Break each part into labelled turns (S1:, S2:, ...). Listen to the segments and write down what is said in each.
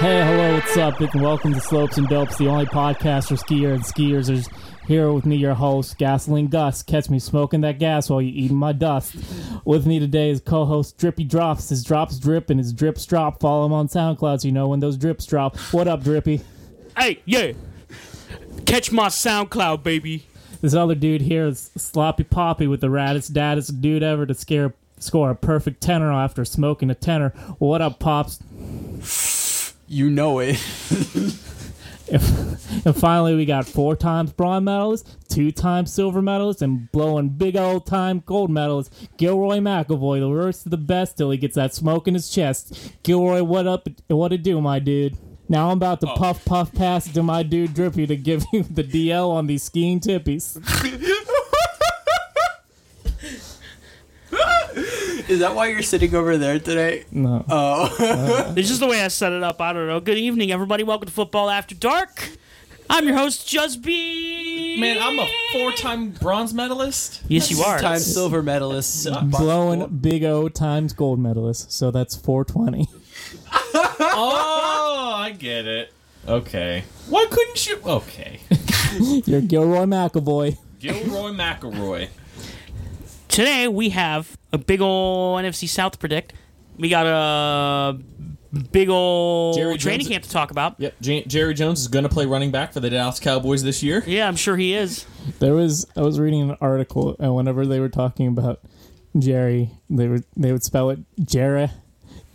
S1: Hey, hello, what's up? And welcome to Slopes and Dopes, the only podcast for skier and skiers. Is here with me, your host, Gasoline Gus. Catch me smoking that gas while you eating my dust. With me today is co-host Drippy Drops. His drops drip and his drips drop. Follow him on SoundCloud so you know when those drips drop. What up, Drippy?
S2: Hey, yeah. Catch my SoundCloud, baby.
S1: This other dude here is Sloppy Poppy with the raddest, daddest dude ever to scare score a perfect tenor after smoking a tenor. What up, pops?
S3: You know it.
S1: And finally, we got four times bronze medalist, two times silver medalist, and blowing big old time gold medalist, Gilroy McAvoy, the worst of the best till he gets that smoke in his chest. Gilroy, what up? What it do, my dude? Now I'm about to puff puff pass it to my dude Drippy to give you the DL on these skiing tippies.
S3: Is that why you're sitting over there today?
S1: No.
S3: Oh,
S2: This is the way I set it up. I don't know. Good evening, everybody. Welcome to Football After Dark. I'm your host, Just B.
S4: Man, I'm a four-time bronze medalist.
S2: Yes, you are.
S3: time silver medalist.
S1: Blowing big O times gold medalist, so that's 420.
S4: Oh, I get it. Okay. Why couldn't you? Okay.
S1: You're Gilroy McAvoy.
S4: Gilroy McElroy.
S2: Today, we have a big ol' NFC South predict. We got a big ol'
S4: Jerry
S2: training
S4: Jones-
S2: camp to talk about.
S4: Yep. J- Jerry Jones is going to play running back for the Dallas Cowboys this year.
S2: Yeah, I'm sure he is.
S1: There was I was reading an article, and whenever they were talking about Jerry, they would they would spell it Jerry,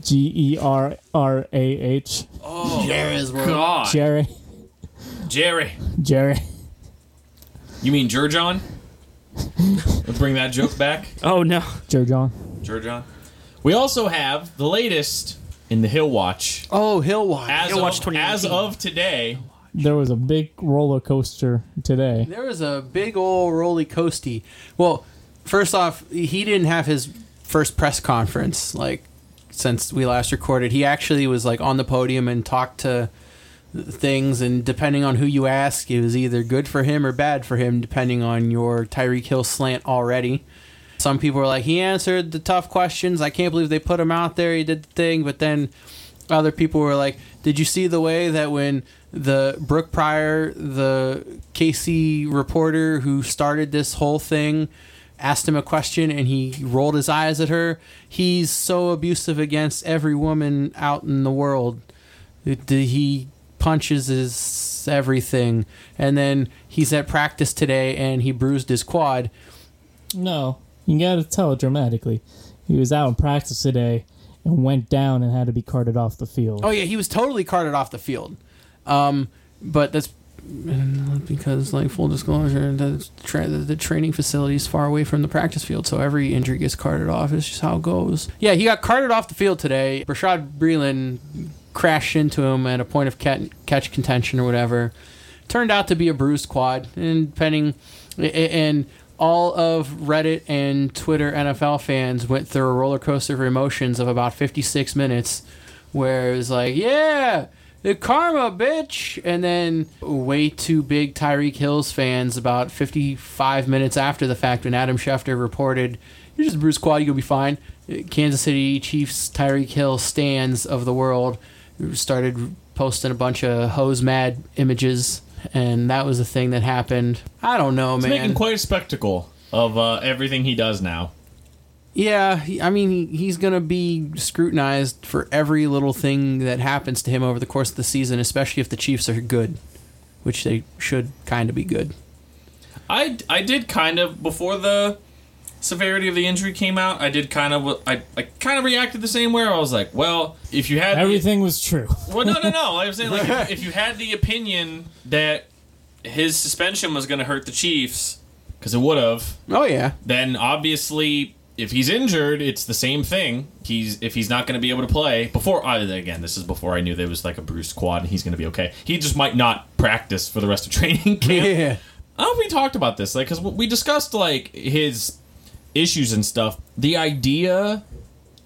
S1: G E R R A H,
S3: Jerry's world.
S4: God,
S1: Jerry,
S4: Jerry.
S1: Jerry.
S4: You mean Jerjon? Let's bring that joke back,
S2: Oh, no.
S1: Joe John.
S4: Jerjon. We also have the latest in the Hill Watch
S3: Oh, Hill Watch.
S4: as
S2: Hill Watch
S4: of,
S2: 2019.
S4: as of today.
S1: There was a big roller coaster today.
S3: There was a big old roly coasty. Well, first off, he didn't have his first press conference like since we last recorded. He actually was like on the podium and talked to things, and depending on who you ask, it was either good for him or bad for him, depending on your Tyreek Hill slant already. Some people are like, he answered the tough questions. I can't believe they put him out there. He did the thing. But then other people were like, did you see the way that when the Brooke Pryor, the KC reporter who started this whole thing, asked him a question and he rolled his eyes at her? He's so abusive against every woman out in the world. It- He punches his everything. And then he's at practice today and he bruised his quad.
S1: No, you gotta tell it dramatically. He was out in practice today and went down and had to be carted off the field.
S3: Oh yeah, he was totally carted off the field. Um, but that's because, like, full disclosure, the, tra- the training facility is far away from the practice field, so every injury gets carted off. It's just how it goes. Yeah, he got carted off the field today. Brashad Breeland crashed into him at a point of cat- catch contention or whatever. Turned out to be a bruised quad, and depending, a- a- and all of Reddit and Twitter NFL fans went through a roller coaster of emotions of about 56 minutes where it was like, yeah, the karma, bitch. And then way too big Tyreek Hills fans about 55 minutes after the fact when Adam Schefter reported, you're just Bruce Quad, you'll be fine. Kansas City Chiefs Tyreek Hill stands of the world started posting a bunch of hose mad images. And that was the thing that happened. I don't know,
S4: He's
S3: man.
S4: making quite a spectacle of uh, everything he does now.
S3: Yeah, he, I mean, he, he's going to be scrutinized for every little thing that happens to him over the course of the season, especially if the Chiefs are good, which they should kind of be good.
S4: I, I did kind of before the severity of the injury came out. I did kind of I, I kind of reacted the same way. I was like, well, if you had
S1: Everything was true.
S4: well, no, no, no. I was saying like if, if you had the opinion that his suspension was going to hurt the Chiefs because it would have,
S3: Oh, yeah.
S4: then obviously if he's injured, it's the same thing. He's if he's not going to be able to play before. I, again, this is before I knew there was like a bruised quad and he's going to be okay. He just might not practice for the rest of training camp.
S3: Yeah.
S4: I don't know if we talked about this, like, because we discussed like his issues and stuff. The idea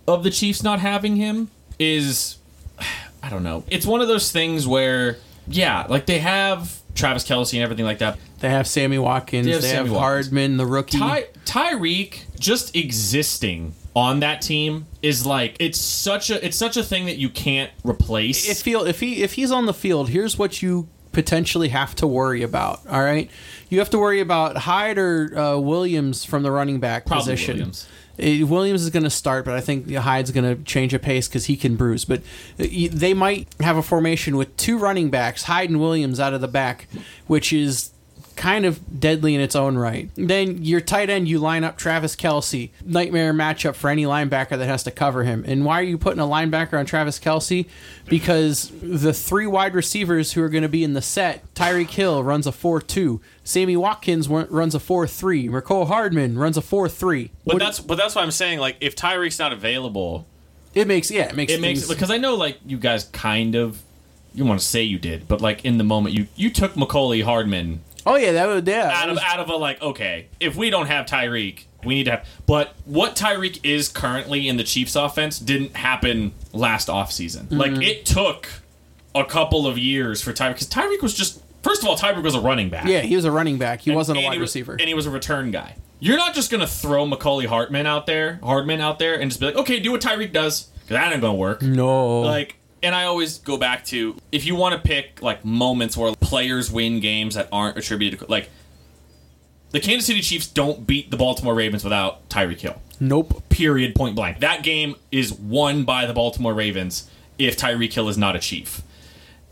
S4: of the Chiefs not having him is, I don't know. It's one of those things where, yeah, like they have Travis Kelsey and everything like that.
S3: They have Sammy Watkins,
S4: They
S3: they
S4: have
S3: have,
S4: Sammy Watkins.
S3: Hardman, the rookie.
S4: Ty- Tyreek just existing
S5: on that team is like it's such a it's such a thing that you can't replace.
S3: if feel if he if he's on the field, here's what you potentially have to worry about. All right, you have to worry about Hyde or uh, Williams from the running back
S5: Probably
S3: position.
S5: Williams.
S3: Uh, Williams is going to start, but I think Hyde's going to change a pace because he can bruise. But uh, y- they might have a formation with two running backs, Hyde and Williams, out of the back, which is kind of deadly in its own right. Then your tight end, you line up Travis Kelsey, nightmare matchup for any linebacker that has to cover him. And why are you putting a linebacker on Travis Kelsey? Because the three wide receivers who are going to be in the set, Tyreek Hill runs a 4 2. Sammy Watkins wa- runs a 4 3. Mercole Hardman runs a 4 3.
S4: But that's but that's why I'm saying like if Tyreek's not available,
S3: It makes, yeah, it makes
S5: it makes
S3: things-
S5: because I know like you guys kind of you want to say you did, but like in the moment you you took Macaulay Hardman
S3: Oh yeah, that would yeah.
S5: out of out of a like okay if we don't have Tyreek we need to have but what Tyreek is currently in the Chiefs offense didn't happen last offseason.
S3: Mm-hmm.
S5: Like it took a couple of years for Tyreek cuz Tyreek was just first of all Tyreek was a running back.
S3: yeah, he was a running back. He wasn't a
S5: And
S3: wide
S5: he was-
S3: receiver.
S5: and he was a return guy. You're not just gonna throw Macaulay Hartman out there, Hardman out there, and just be like, okay, do what Tyreek does, because that ain't gonna work.
S3: no,
S5: Like, and I always go back to if you want to pick like moments where players win games that aren't attributed to like the Kansas City Chiefs don't beat the Baltimore Ravens without Tyreek Hill.
S3: nope.
S5: Period. Point blank. That game is won by the Baltimore Ravens if Tyreek Hill is not a Chief.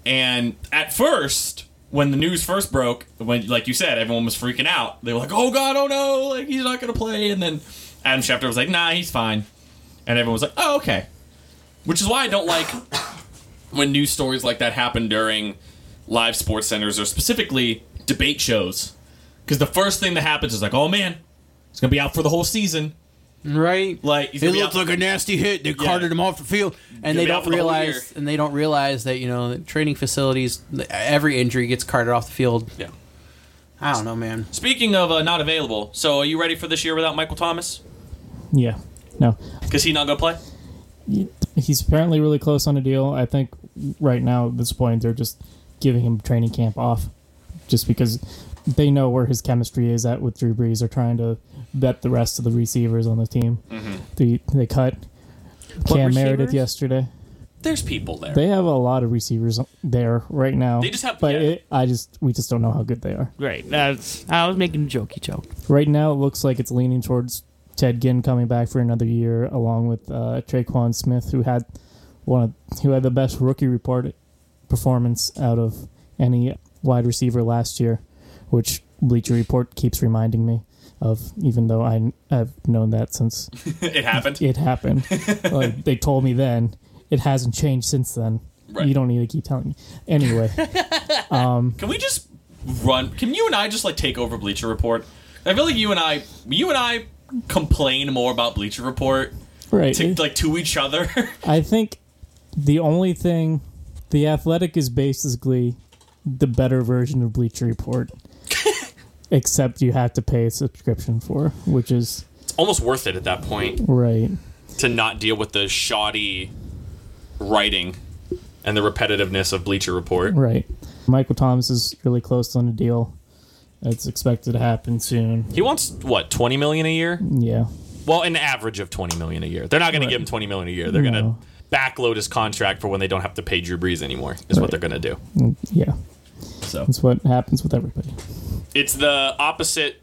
S5: And at first, when the news first broke, when like you said, everyone was freaking out. They were like, "Oh God, oh no! Like he's not going to play." And then Adam Schefter was like, "Nah, he's fine." And everyone was like, "Oh, okay." Which is why I don't like when news stories like that happen during live sports centers or specifically debate shows, because the first thing that happens is like, "Oh man, he's going to be out for the whole season."
S3: Right?
S5: Like he's
S3: it
S5: gonna be
S3: looked
S5: out-
S3: like a nasty hit. They carted him off the field, and they
S5: be
S3: don't
S5: out for the whole
S3: realize,
S5: year.
S3: and they don't realize that you know that training facilities. Every injury gets carted off the field.
S5: Yeah.
S3: I don't know, man.
S5: Speaking of uh, not available, so are you ready for this year without Michael Thomas?
S1: Yeah. No.
S5: Because he not gonna play.
S1: He's apparently really close on a deal. I think right now at this point they're just giving him training camp off just because they know where his chemistry is at with Drew Brees. They're trying to vet the rest of the receivers on the team.
S5: Mm-hmm.
S1: They, they cut Cam Meredith
S2: receivers?
S1: yesterday.
S5: There's people there.
S1: They have a lot of receivers there right now.
S5: They just have-
S1: but
S5: yeah.
S1: it, I just we just don't know how good they are.
S2: Great. That's, I was making a jokey joke.
S1: Right now, it looks like it's leaning towards Ted Ginn coming back for another year, along with uh, Traquan Smith, who had one of, who had the best rookie report performance out of any wide receiver last year, which Bleacher Report keeps reminding me of, even though I have known that since
S5: it happened.
S1: it happened. like they told me then, it hasn't changed since then.
S5: Right.
S1: You don't need to keep telling me. Anyway,
S5: Can we just run? Can you and I just like take over Bleacher Report? I feel like you and I, you and I, complain more about Bleacher Report
S1: right.
S5: to like to each other.
S1: I think the only thing the athletic is basically the better version of Bleacher Report. Except you have to pay a subscription for, which is
S4: it's almost worth it at that point
S1: right.
S4: to not deal with the shoddy writing and the repetitiveness of Bleacher Report.
S1: Right. Michael Thomas is really close on a deal. It's expected to happen soon.
S4: He wants what, 20 million a year?
S1: Yeah.
S4: Well, an average of 20 million a year. They're not going to give him 20 million a year. They're going
S1: No.
S4: to backload his contract for when they don't have to pay Drew Brees anymore. Is what
S1: Right.
S4: they're going to do.
S1: Yeah.
S5: so
S1: That's what happens with everybody.
S4: It's the opposite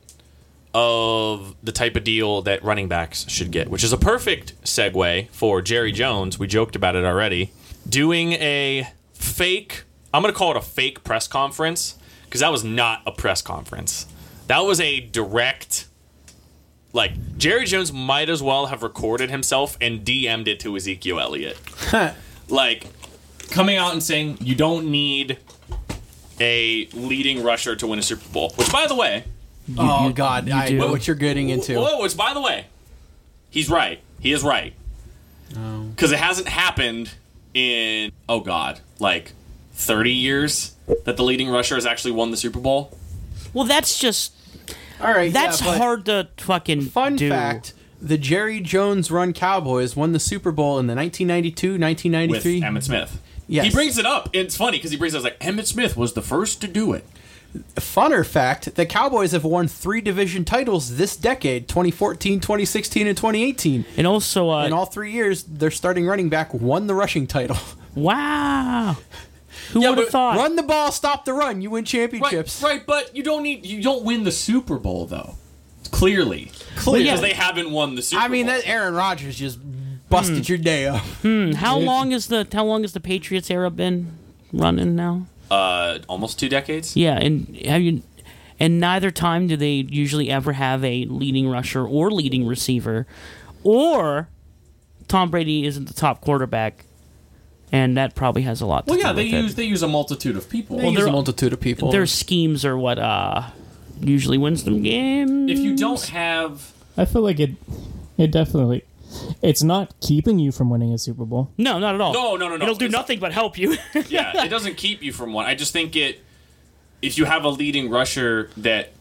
S4: of the type of deal that running backs should get, which is a perfect segue for Jerry Jones. We joked about it already. Doing a fake, I'm going to call it a fake press conference because that was not a press conference. That was a direct, like, Jerry Jones might as well have recorded himself and DM'd it to Ezekiel Elliott. like,
S5: coming out and saying
S4: you don't need a leading rusher to win a Super Bowl, which, by the way,
S3: oh God, I
S2: do.
S3: know what you're getting into.
S4: Whoa, whoa, it's by the way. He's right. He is right.
S3: Oh.
S4: Because it hasn't happened in, oh God, like 30 years that the leading rusher has actually won the Super Bowl.
S2: Well, that's just
S3: All right,
S2: that's
S3: yeah, but
S2: hard to fucking
S3: Fun
S2: do.
S3: fact: the Jerry Jones run Cowboys won the Super Bowl in the 1992,
S4: With
S3: 1993.
S4: Emmett Smith.
S3: Yes.
S4: He brings it up. and It's funny because he brings it up like, Emmett Smith was the first to do it.
S3: Funner fact the Cowboys have won three division titles this decade 2014, 2016, and 2018.
S2: And also, uh,
S3: In all three years, their starting running back won the rushing title.
S2: wow. Who would have
S5: but
S2: thought?
S3: Run the ball, stop the run. You win
S5: Right,
S3: championships.
S5: right, but you don't need you don't win the Super Bowl though. Clearly,
S4: Because
S5: clearly,
S4: they haven't won the Super
S3: I mean,
S4: Bowl.
S3: that Aaron Rodgers just busted
S5: Hmm.
S3: your day up.
S2: How long is the How long has the Patriots era been running now?
S4: uh, almost two decades.
S2: Yeah, and have you? And neither time do they usually ever have a leading rusher or leading receiver, or Tom Brady isn't the top quarterback, and that probably has a lot. To
S5: Well,
S2: do
S5: yeah, they
S2: with it.
S5: use they use a multitude of people.
S3: Well, there's
S2: they're-
S3: a multitude of people.
S2: their schemes are what uh usually wins them games.
S5: if you don't have
S1: I feel like it. It definitely. It's not keeping you from winning a Super Bowl.
S2: no, not at all.
S4: No, no, no, no.
S2: It'll do
S4: It's-
S2: nothing but help you.
S4: yeah, it doesn't keep you from one. I just think it. If you have a leading rusher that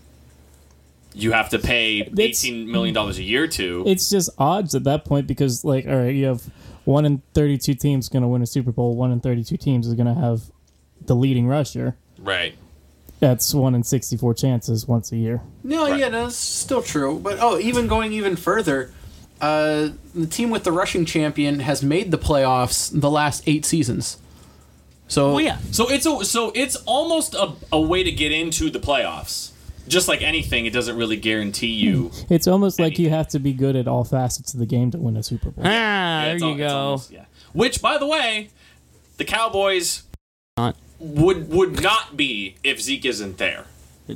S4: you have to pay
S1: It's-
S4: eighteen million dollars a year to,
S1: It's just odds at that point because, like, all right, you have one in thirty-two teams going to win a Super Bowl. One in thirty-two teams is going to have the leading rusher.
S4: right?
S1: That's one in sixty-four chances once a year.
S3: No,
S4: Right.
S3: yeah, that's still true. But oh, even going even further, uh, the team with the rushing champion has made the playoffs the last eight seasons. So
S2: well, yeah,
S4: So it's a, so it's almost a, a way to get into the playoffs. Just like anything, it doesn't really guarantee you.
S1: It's almost like you have to be good at all facets of the game to win a Super Bowl.
S2: ah, there
S4: It's
S2: you
S4: al- it's
S2: go.
S4: almost- yeah. Which, by the way, the Cowboys
S2: Not.
S4: would would not be if Zeke isn't there.
S3: no,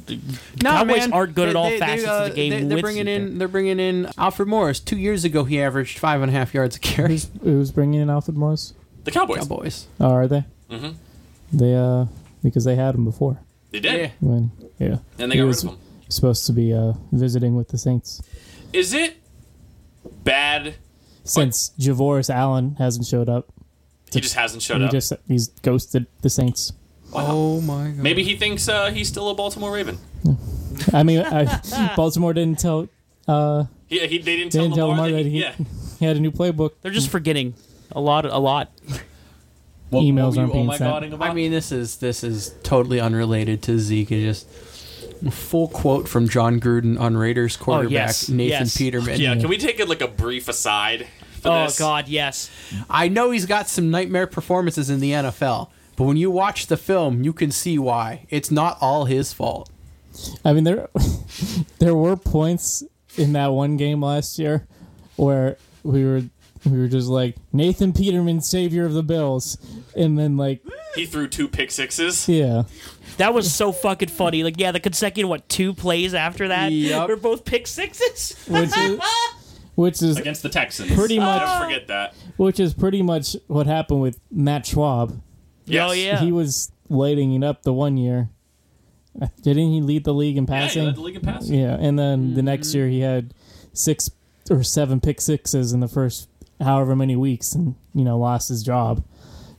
S2: Cowboys
S3: man,
S2: aren't good at all
S3: they- they,
S2: facets of the game
S3: They, they're
S2: with
S3: bringing
S2: Zeke.
S3: in. They're bringing in Alfred Morris. Two years ago, he averaged five and a half yards a carry.
S1: Who's, who's bringing in Alfred Morris?
S4: The Cowboys.
S3: Cowboys.
S1: Oh, are they? Mm-hmm. They uh because they had him before
S4: They did,
S3: Yeah.
S1: when yeah
S4: and they
S1: He
S4: got rid
S1: was
S4: of him.
S1: supposed to be uh visiting with the Saints
S4: Is it bad?
S1: since Javoris Allen hasn't showed up.
S4: He just hasn't showed
S1: He
S4: up.
S1: just he's ghosted the Saints.
S3: Oh my god.
S4: Maybe he thinks uh, he's still a Baltimore Raven.
S1: I mean, I, Baltimore didn't tell
S4: He, he, they didn't
S1: They
S4: tell,
S1: didn't tell
S4: Lamar
S1: Lamar
S4: that
S1: that
S4: he-
S1: he-
S4: yeah.
S1: he had a new playbook.
S2: They're just forgetting a lot. A lot.
S1: Emails
S5: what, what were you,
S1: aren't
S5: oh
S1: being
S5: my
S1: sent.
S5: God, about?
S3: I mean, this is this is totally unrelated to Zeke. It just full quote from John Gruden on Raiders quarterback
S2: Oh, yes.
S3: Nathan
S2: Yes.
S3: Peterman.
S4: Yeah, can we take it like a brief aside for
S2: Oh
S4: this?
S2: God, yes.
S3: I know he's got some nightmare performances in the NFL, but when you watch the film, you can see why. It's not all his fault.
S1: I mean, there there were points in that one game last year where we were we were just like Nathan Peterman, savior of the Bills, and then like
S4: He threw two pick sixes.
S1: yeah,
S2: That was so fucking funny. Like, yeah, the consecutive what two plays after that
S3: Yep.
S2: were both pick sixes.
S1: which is which is
S4: Against the Texans.
S1: Pretty much-
S4: Don't forget that.
S2: Oh,
S1: which is pretty much what happened with Matt Schwab.
S4: Yes.
S2: Oh yeah.
S1: He was lighting it up the one year. Didn't he lead the league in
S4: Yeah, he
S1: passing?
S4: led the league in passing.
S1: Yeah, and then the
S4: Mm-hmm.
S1: next year he had six or seven pick sixes in the first however many weeks, and you know lost his job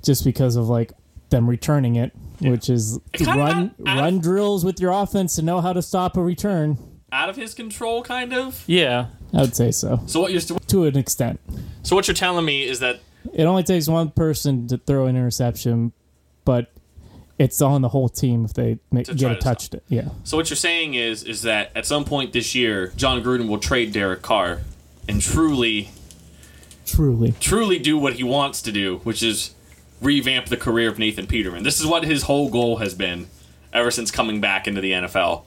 S1: just because of like them returning it, which is
S4: kinda
S1: run
S4: got out
S1: run
S4: of-
S1: drills with your offense to know how to stop a return.
S4: Out of his control, kind of.
S2: yeah.
S1: I would say so
S4: So what you're so
S1: to an extent.
S4: what you're telling me is that
S1: It only takes one person to throw an interception, but it's on the whole team if they make,
S4: To try
S1: get a
S4: to stop.
S1: touch. To, yeah,
S4: so what you're saying is is that at some point this year, John Gruden will trade Derek Carr and truly
S1: truly.
S4: truly do what he wants to do, which is revamp the career of Nathan Peterman. This is what his whole goal has been ever since coming back into the NFL.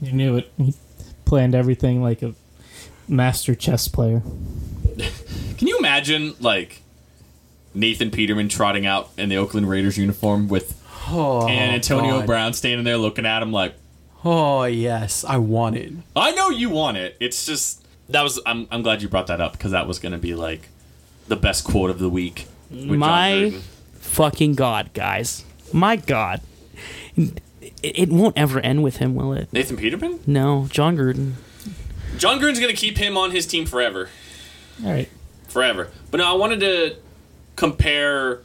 S1: You knew it. He planned everything like a master chess player.
S4: Can you imagine like Nathan Peterman trotting out in the Oakland Raiders uniform with
S3: Oh,
S4: and Antonio
S3: God.
S4: Brown standing there looking at him like,
S3: Oh yes, I want it.
S4: "I know you want it." It's just that was I'm I'm glad you brought that up because that was going to be like the best quote of the week. with John
S2: My-
S4: Gruden.
S2: Fucking God, guys. My God. It, it won't ever end with him, will it?
S4: Nathan Peterman?
S2: No, John Gruden.
S4: John Gruden's going to keep him on his team forever.
S1: All right.
S4: forever. But no, I wanted to compare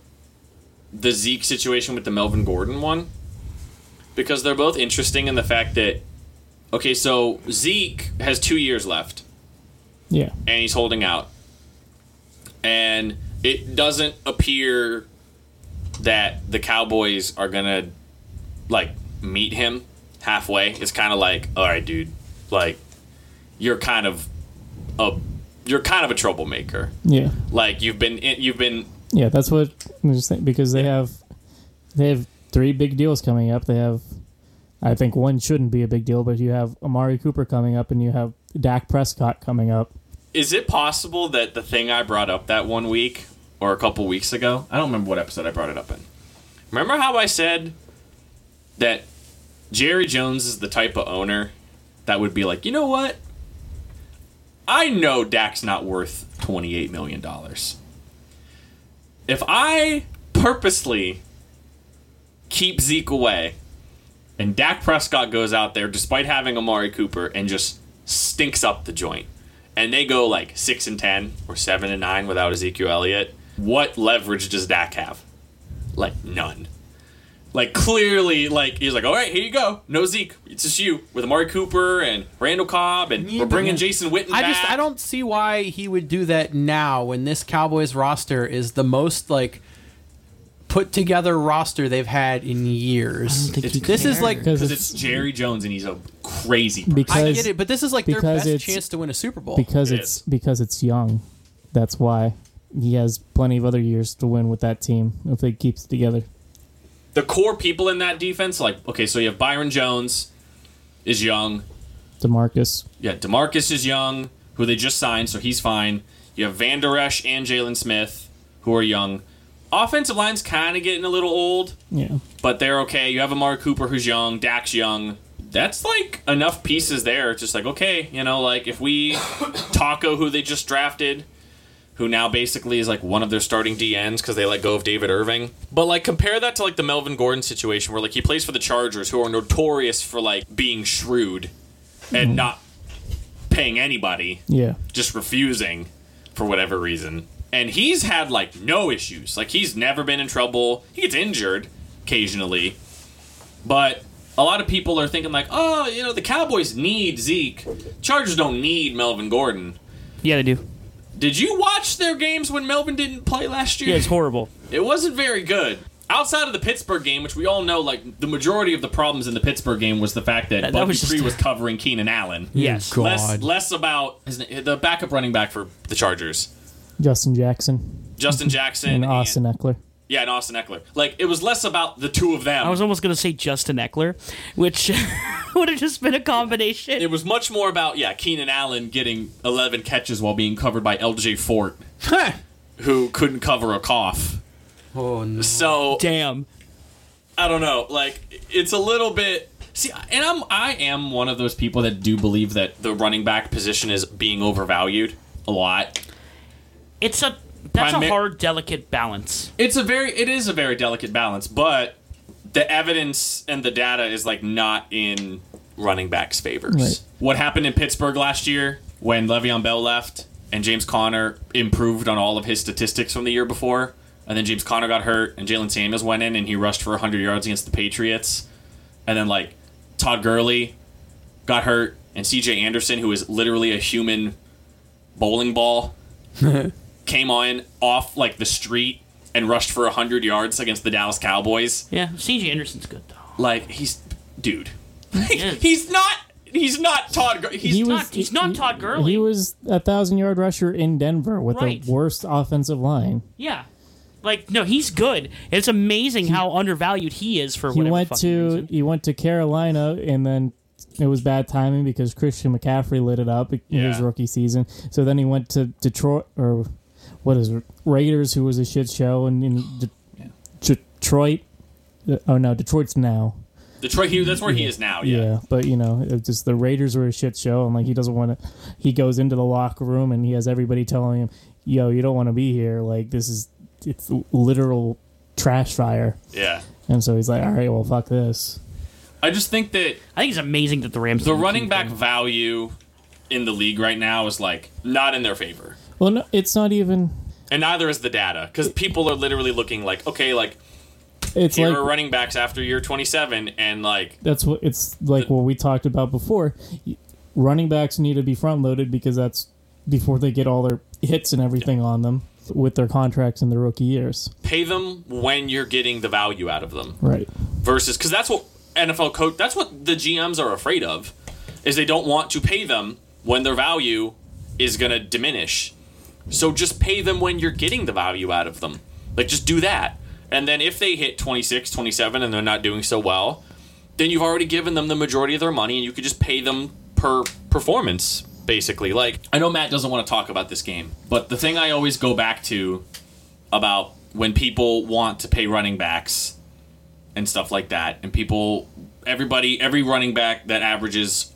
S4: the Zeke situation with the Melvin Gordon one because they're both interesting in the fact that okay, so Zeke has 2 years left
S1: Yeah.
S4: and he's holding out. And it doesn't appear that the Cowboys are going to like meet him halfway is kind of like, all right, dude, like you're kind of a you're kind of a troublemaker.
S1: Yeah.
S4: Like you've been in, you've been
S1: Yeah, that's what I'm just saying because they have they have three big deals coming up. They have I think one shouldn't be a big deal, but you have Amari Cooper coming up and you have Dak Prescott coming up.
S4: is it possible that the thing I brought up that one week or a couple weeks ago, I don't remember what episode I brought it up in. Remember how I said that Jerry Jones is the type of owner that would be like, you know what? I know Dak's not worth $28 million. If I purposely keep Zeke away and Dak Prescott goes out there despite having Amari Cooper and just stinks up the joint and they go like 6 and 10 or 7 and 9 without Ezekiel Elliott, what leverage does Dak have? Like none. Like clearly like he's like, "All right, here you go. No Zeke. It's just you with Amari Cooper and Randall Cobb and we're bringing Jason Witten
S3: I
S4: back."
S3: just I don't see why he would do that now when this Cowboys roster is the most like put together roster they've had in years.
S2: I don't think he
S3: this is
S2: cares.
S3: like
S1: Because
S4: because
S1: it's
S4: it's Jerry Jones and he's a crazy person.
S3: I
S1: because
S3: get it, but this is like their
S1: because
S3: best
S1: it's-
S3: chance to win a Super Bowl.
S1: because
S4: It
S1: it's
S4: is.
S1: because it's young. That's why he has plenty of other years to win with that team if they keeps it together.
S4: the core people in that defense, like okay, so you have Byron Jones, is young.
S1: Demarcus,
S4: Yeah, Demarcus is young, who they just signed, so he's fine. You have Van Der Esch and Jalen Smith, who are young. Offensive line's kind of getting a little old,
S1: yeah,
S4: but they're okay. You have Amari Cooper, who's young. Dak's young. That's like enough pieces there. It's just like okay, you know, like if we Taco, who they just drafted, who now basically is like one of their starting DNs because they let go of David Irving. But like compare that to like the Melvin Gordon situation where like he plays for the Chargers, who are notorious for like being shrewd and not paying anybody
S1: yeah.
S4: just refusing for whatever reason. And he's had like no issues. Like he's never been in trouble. He gets injured occasionally. But a lot of people are thinking like, "Oh, you know, the Cowboys need Zeke. Chargers don't need Melvin Gordon."
S2: Yeah, they do.
S4: Did you watch their games when Melvin didn't play last year?
S2: Yeah, it's horrible.
S4: It wasn't very good. Outside of the Pittsburgh game, which we all know, like the majority of the problems in the Pittsburgh game was the fact that,
S2: That- that
S4: Bud
S2: was
S4: Dupree
S2: just-
S4: was covering Keenan Allen.
S2: Yes.
S3: God.
S4: Less, less about his, na- the backup running back for the Chargers.
S1: Justin Jackson
S4: Justin Jackson
S1: and Austin Eckler.
S4: yeah, and Austin Eckler. Like it was less about the two of them.
S2: E- I was almost gonna say Justin Eckler, which would have just been a combination.
S4: it was much more about yeah, Keenan Allen getting 11 catches while being covered by LJ Fort, who couldn't cover a cough.
S3: oh no.
S4: So
S2: Damn.
S4: I don't know. Like it's a little bit. See, and I'm I am one of those people that do believe that the running back position is being overvalued a lot.
S2: It's a that's
S4: Primar-
S2: a hard, delicate balance.
S4: It's a very it is a very delicate balance, but the evidence and the data is like not in running backs' favors.
S1: Right.
S4: What happened in Pittsburgh last year when Le'Veon Bell left and James Conner improved on all of his statistics from the year before, and then James Conner got hurt and Jalen Samuels went in and he rushed for 100 yards against the Patriots, and then like Todd Gurley got hurt and C.J. Anderson, who is literally a human bowling ball came on off like the street and rushed for 100 yards against the Dallas Cowboys.
S2: Yeah, CJ Anderson's good though.
S4: Like he's dude.
S2: is.
S4: he's not he's not Todd Gurley. He's
S1: He was-
S2: Not, he's not Todd Gurley.
S1: He was a thousand yard rusher in Denver with
S2: Right.
S1: the worst offensive line.
S2: yeah. Like no, he's good. It's amazing how undervalued he is for
S1: He
S2: whatever
S1: went
S2: fucking
S1: to
S2: reason.
S1: he went to Carolina and then it was bad timing because Christian McCaffrey lit it up in his
S4: Yeah.
S1: rookie season. So then he went to Detroit or what is it? Raiders, who was a shit show, and in De- Detroit. Oh no, Detroit's now.
S4: Detroit he, that's where he is now.
S1: Yeah.
S4: Yeah.
S1: but you know, it just the Raiders were a shit show, and like he doesn't want to. He goes into the locker room and he has everybody telling him, "Yo, you don't want to be here. Like this is it's literal trash fire."
S4: Yeah.
S1: And so he's like, "All right, well, fuck this."
S4: I just think that
S2: I think it's amazing that the Rams.
S4: the
S2: didn't
S4: running
S2: keep
S4: back
S2: him.
S4: value in the league right now is like not in their favor.
S1: Well, no, it's not even.
S4: And neither is the data cuz people are literally looking like okay like
S1: It's
S4: here
S1: like
S4: are running backs after year 27 and like
S1: that's what it's like. What we talked about before, Y- running backs need to be front loaded because that's before they get all their hits and everything on them with their contracts in their rookie years.
S4: pay them when you're getting the value out of them.
S1: Right.
S4: versus because that's what NFL coach. That's what the GMs are afraid of, is they don't want to pay them when their value is going to diminish. So just pay them when you're getting the value out of them. Like just do that. And then if they hit 26, 27 and they're not doing so well, then you've already given them the majority of their money and you could just pay them per performance basically. Like I know Matt doesn't want to talk about this game, but the thing I always go back to about when people want to pay running backs and stuff like that and people everybody every running back that averages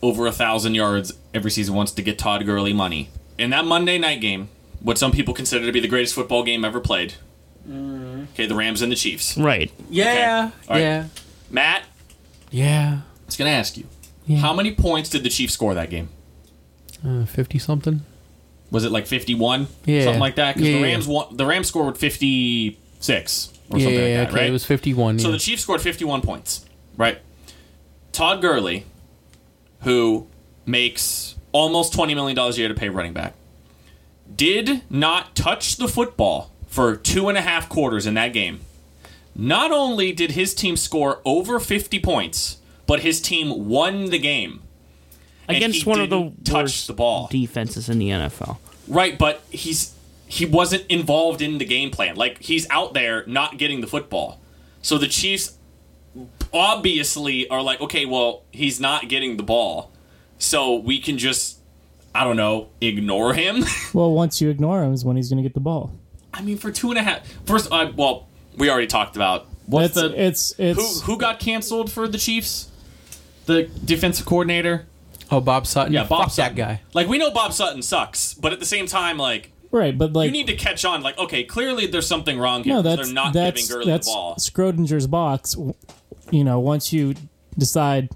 S4: over a thousand yards every season wants to get Todd Gurley money. In that Monday night game, what some people consider to be the greatest football game ever played. Okay, the Rams and the Chiefs.
S2: Right.
S3: Yeah.
S4: All right.
S3: Yeah.
S4: Matt,
S3: Yeah.
S5: It's gonna ask you.
S3: Yeah.
S5: How many points did the Chiefs score that game?
S3: Uh, Fifty something.
S5: Was it like fifty-one,
S3: Yeah.
S5: something like that? Because
S3: Yeah,
S5: the
S3: yeah.
S5: Rams won. The Rams scored fifty-six or
S3: yeah.
S5: something
S3: yeah,
S5: like that,
S3: okay.
S5: right?
S3: It was fifty-one.
S4: So
S3: yeah.
S4: the Chiefs scored 51 points, right? Todd Gurley, who makes almost $20 million a year to pay running back, did not touch the football for two and a half quarters in that game. Not only did his team score over 50 points, but his team won the game. And
S2: Against
S4: he
S2: one of the
S4: didn't touch
S2: worst
S4: the ball.
S2: defenses in the NFL.
S4: Right, but he's he wasn't involved in the game plan. Like he's out there not getting the football. So the Chiefs obviously are like, okay, well, he's not getting the ball. So we can just I don't know, ignore him.
S1: Well, once you ignore him, is when he's going to get the ball.
S4: I mean for two and a half first uh, well, we already talked about
S5: What's
S1: it's,
S5: the
S1: it's
S4: who
S1: it's
S4: who got canceled for the Chiefs? The defensive coordinator?
S3: oh, Bob Sutton.
S4: Yeah, Bob
S3: Fuck
S4: Sutton.
S3: that guy.
S4: Like we know Bob Sutton sucks, but at the same time, like
S1: right, but
S4: you
S1: like
S4: need to catch on. Like, okay, clearly there's something wrong here.
S1: no,
S4: 'cause
S1: that's
S4: they're not
S1: that's
S4: giving Gurley
S1: that's
S4: the ball.
S1: Schrodinger's box. You know, once you decide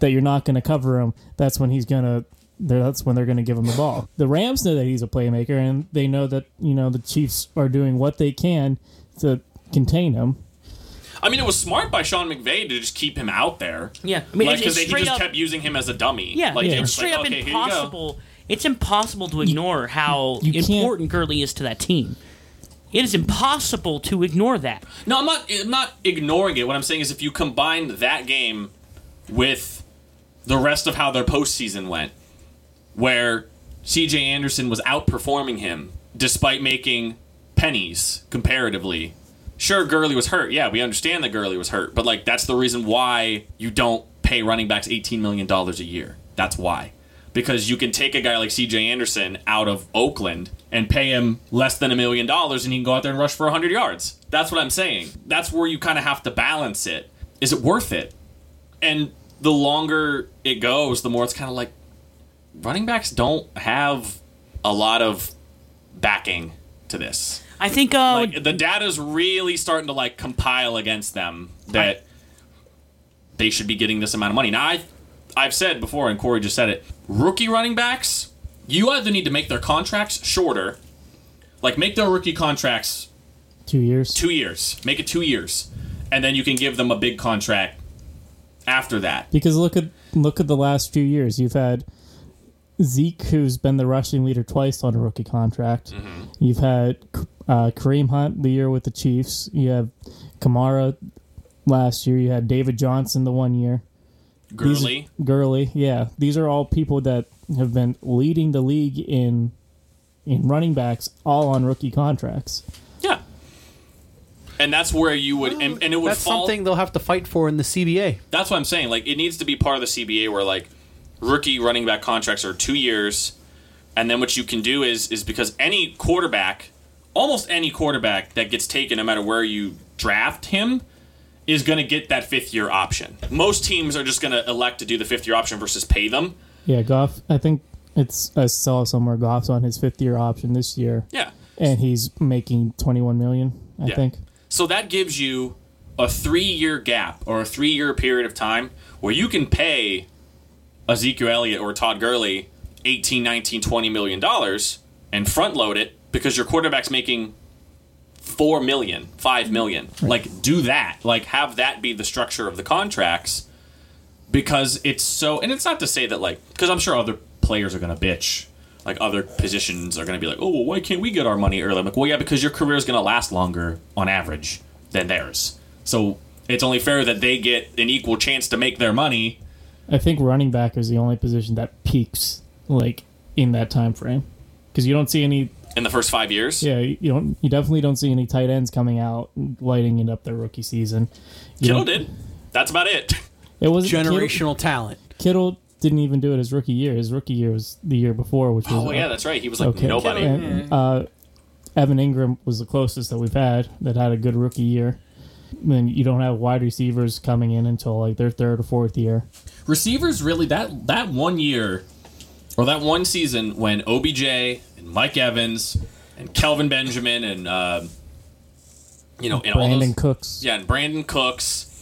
S1: that you're not going to cover him, that's when he's going to. That's when they're going to give him the ball. The Rams know that he's a playmaker, and they know that you know the Chiefs are doing what they can to contain him.
S4: I mean, it was smart by Sean McVay to just keep him out there.
S2: Yeah. I mean,
S4: Like,
S2: it's, it's
S4: because they he
S2: straight
S4: just
S2: up.
S4: kept using him as a dummy.
S2: Yeah,
S4: like, they were
S2: it's
S4: just like,
S2: straight up
S4: "Okay, here you go."
S2: impossible. It's impossible to ignore how
S1: you can't-
S2: important Gurley is to that team. It is impossible to ignore that.
S4: No, I'm not. I'm not ignoring it. What I'm saying is, if you combine that game with the rest of how their postseason went, where C.J. Anderson was outperforming him despite making pennies comparatively. Sure, Gurley was hurt. Yeah, we understand that Gurley was hurt, but like that's the reason why you don't pay running backs 18 million dollars a year. That's why. Because you can take a guy like CJ Anderson out of Oakland and pay him less than a million dollars and he can go out there and rush for 100 yards. That's what I'm saying. That's where you kind of have to balance it. Is it worth it? And the longer it goes, the more it's kind of like running backs don't have a lot of backing to this.
S2: I think uh,
S4: Like the data's really starting to like compile against them that they should be getting this amount of money. Now I I've said before and Corey just said it, rookie running backs, you either need to make their contracts shorter, like make their rookie contracts
S1: Two years.
S4: two years. Make it two years. And then you can give them a big contract after that.
S1: Because look at look at the last few years. You've had Zeke, who's been the rushing leader twice on a rookie contract. You've had uh, Kareem Hunt the year with the Chiefs. You have Kamara last year. You had David Johnson the one year. These-
S4: Gurley.
S1: Gurley, yeah. These are all people that have been leading the league in in running backs, all on rookie contracts.
S4: Yeah. And that's where you would, and, and it would
S3: That's
S4: fall.
S3: something they'll have to fight for in the CBA.
S4: That's what I'm saying. Like, it needs to be part of the CBA where like rookie running back contracts are two years, and then what you can do is is because any quarterback, almost any quarterback that gets taken, no matter where you draft him, is going to get that fifth year option. Most teams are just going to elect to do the fifth year option versus pay them.
S1: Yeah, Goff. I think it's I saw somewhere Goff's on his fifth year option this year,
S4: Yeah.
S1: and he's making twenty one million. I
S4: Yeah.
S1: think.
S4: So that gives you a three year gap or a three year period of time where you can pay Ezekiel Elliott or Todd Gurley 18, 19, 20 million dollars and front load it because your quarterback's making four million, five million. Like do that. Like have that be the structure of the contracts because it's so and it's not to say that like because I'm sure other players are gonna bitch. Like other positions are gonna be like, oh well, why can't we get our money early? I'm like, well yeah, because your career is gonna last longer on average than theirs. So
S5: It's only fair that they get an equal chance to make their money.
S1: I think running back is the only position that peaks like in that time frame because you don't see any.
S4: in the first five years.
S1: Yeah, you you don't. You definitely don't see any tight ends coming out and lighting it up their rookie season. You
S4: Kittle
S1: don't-
S4: did. That's about it.
S1: It was
S3: Generational talent.
S1: Kittle, Kittle didn't even do it his rookie year. His rookie year was the year before, which was
S4: Oh yeah, that's right. He was like
S1: okay.
S4: nobody.
S1: And, uh, Evan Ingram was the closest that we've had that had a good rookie year. Then you don't have wide receivers coming in until like their third or fourth year.
S5: Receivers really that that one year or that one season when OBJ and Mike Evans and Kelvin Benjamin and uh, you know and all
S1: Brandon
S5: those,
S1: Cooks.
S4: Yeah, and Brandon Cooks.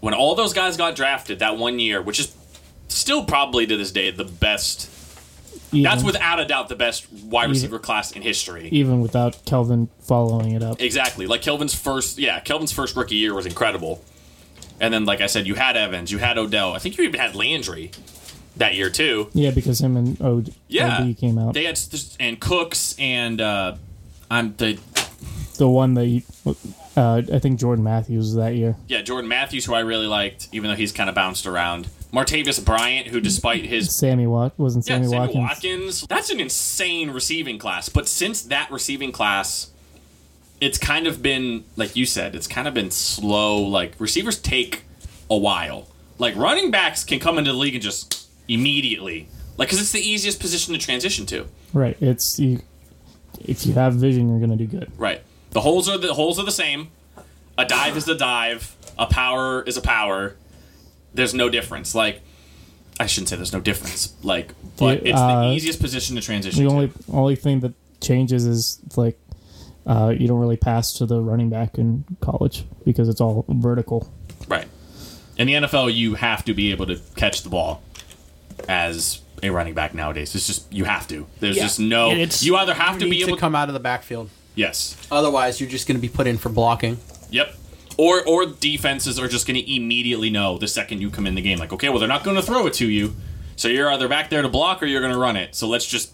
S4: When all those guys got drafted that one year, which is still probably to this day the best.
S1: even,
S4: That's without a doubt the best wide receiver class in history.
S1: even without Kelvin following it up.
S4: Exactly. Like Kelvin's first, yeah, Kelvin's first rookie year was incredible. And then, like I said, you had Evans, you had Odell. I think you even had Landry that year too.
S1: Yeah, because him and O
S4: Yeah.
S1: OB came out.
S4: They had s- and Cooks and uh, I'm the
S1: the one that you, uh, I think Jordan Matthews was that year.
S4: yeah Jordan Matthews, who I really liked, even though he's kind of bounced around. Martavis Bryant, who despite his
S1: Sammy Watt wasn't
S4: Yeah,
S1: Sammy,
S4: Sammy
S1: Watkins.
S4: Watkins. That's an insane receiving class. But since that receiving class, it's kind of been like you said. It's kind of been slow. Like receivers take a while. Like running backs can come into the league and just immediately, like because it's the easiest position to transition to.
S1: Right. It's you. If you have vision, you're gonna do good.
S4: Right. The holes are the holes are the same. A dive is a dive. A power is a power. There's no difference. Like I shouldn't say there's no difference. Like, but
S1: Yeah,
S4: it's
S1: uh,
S4: the easiest position to transition.
S1: The
S4: to.
S1: only only thing that changes is like uh, you don't really pass to the running back in college because it's all vertical.
S4: right.
S5: in the NFL you have to be able to catch the ball as a running back nowadays. It's just you have to. There's
S4: Yeah.
S5: just no
S2: And it's-
S5: you either have
S3: You
S5: to be
S3: need
S5: able
S3: to come out of the backfield.
S5: Yes.
S3: Otherwise, you're just going to be put in for blocking.
S5: Yep. Or or defenses are just going to immediately know the second you come in the game. Like, okay, well they're not going to throw it to you, so you're either back there to block or you're going to run it. So let's just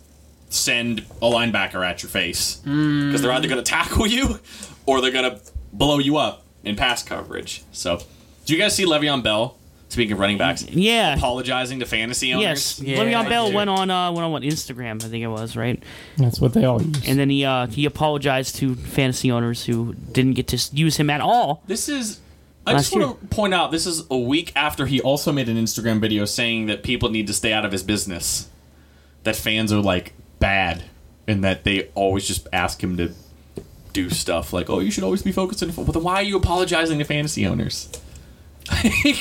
S5: send a linebacker at your face because they're either going to tackle you or they're going to blow you up in pass coverage. So, do you guys see Le'Veon Bell? Speaking of running backs,
S2: Yeah.
S5: apologizing to fantasy
S2: Yes,
S5: owners.
S3: Yeah,
S2: Le'Veon
S3: I
S2: Bell
S3: do.
S2: went on uh, went on what Instagram, I think it was right,
S1: That's what they all use.
S2: and then he uh, he apologized to fantasy owners who didn't get to s- use him at all.
S5: This is. I
S2: Last
S5: just want to point out this is a week after he also made an Instagram video saying that people need to stay out of his business. That fans are like bad and that they always just ask him to do stuff like, oh, you should always be focused on football. Then why are you apologizing to fantasy owners? I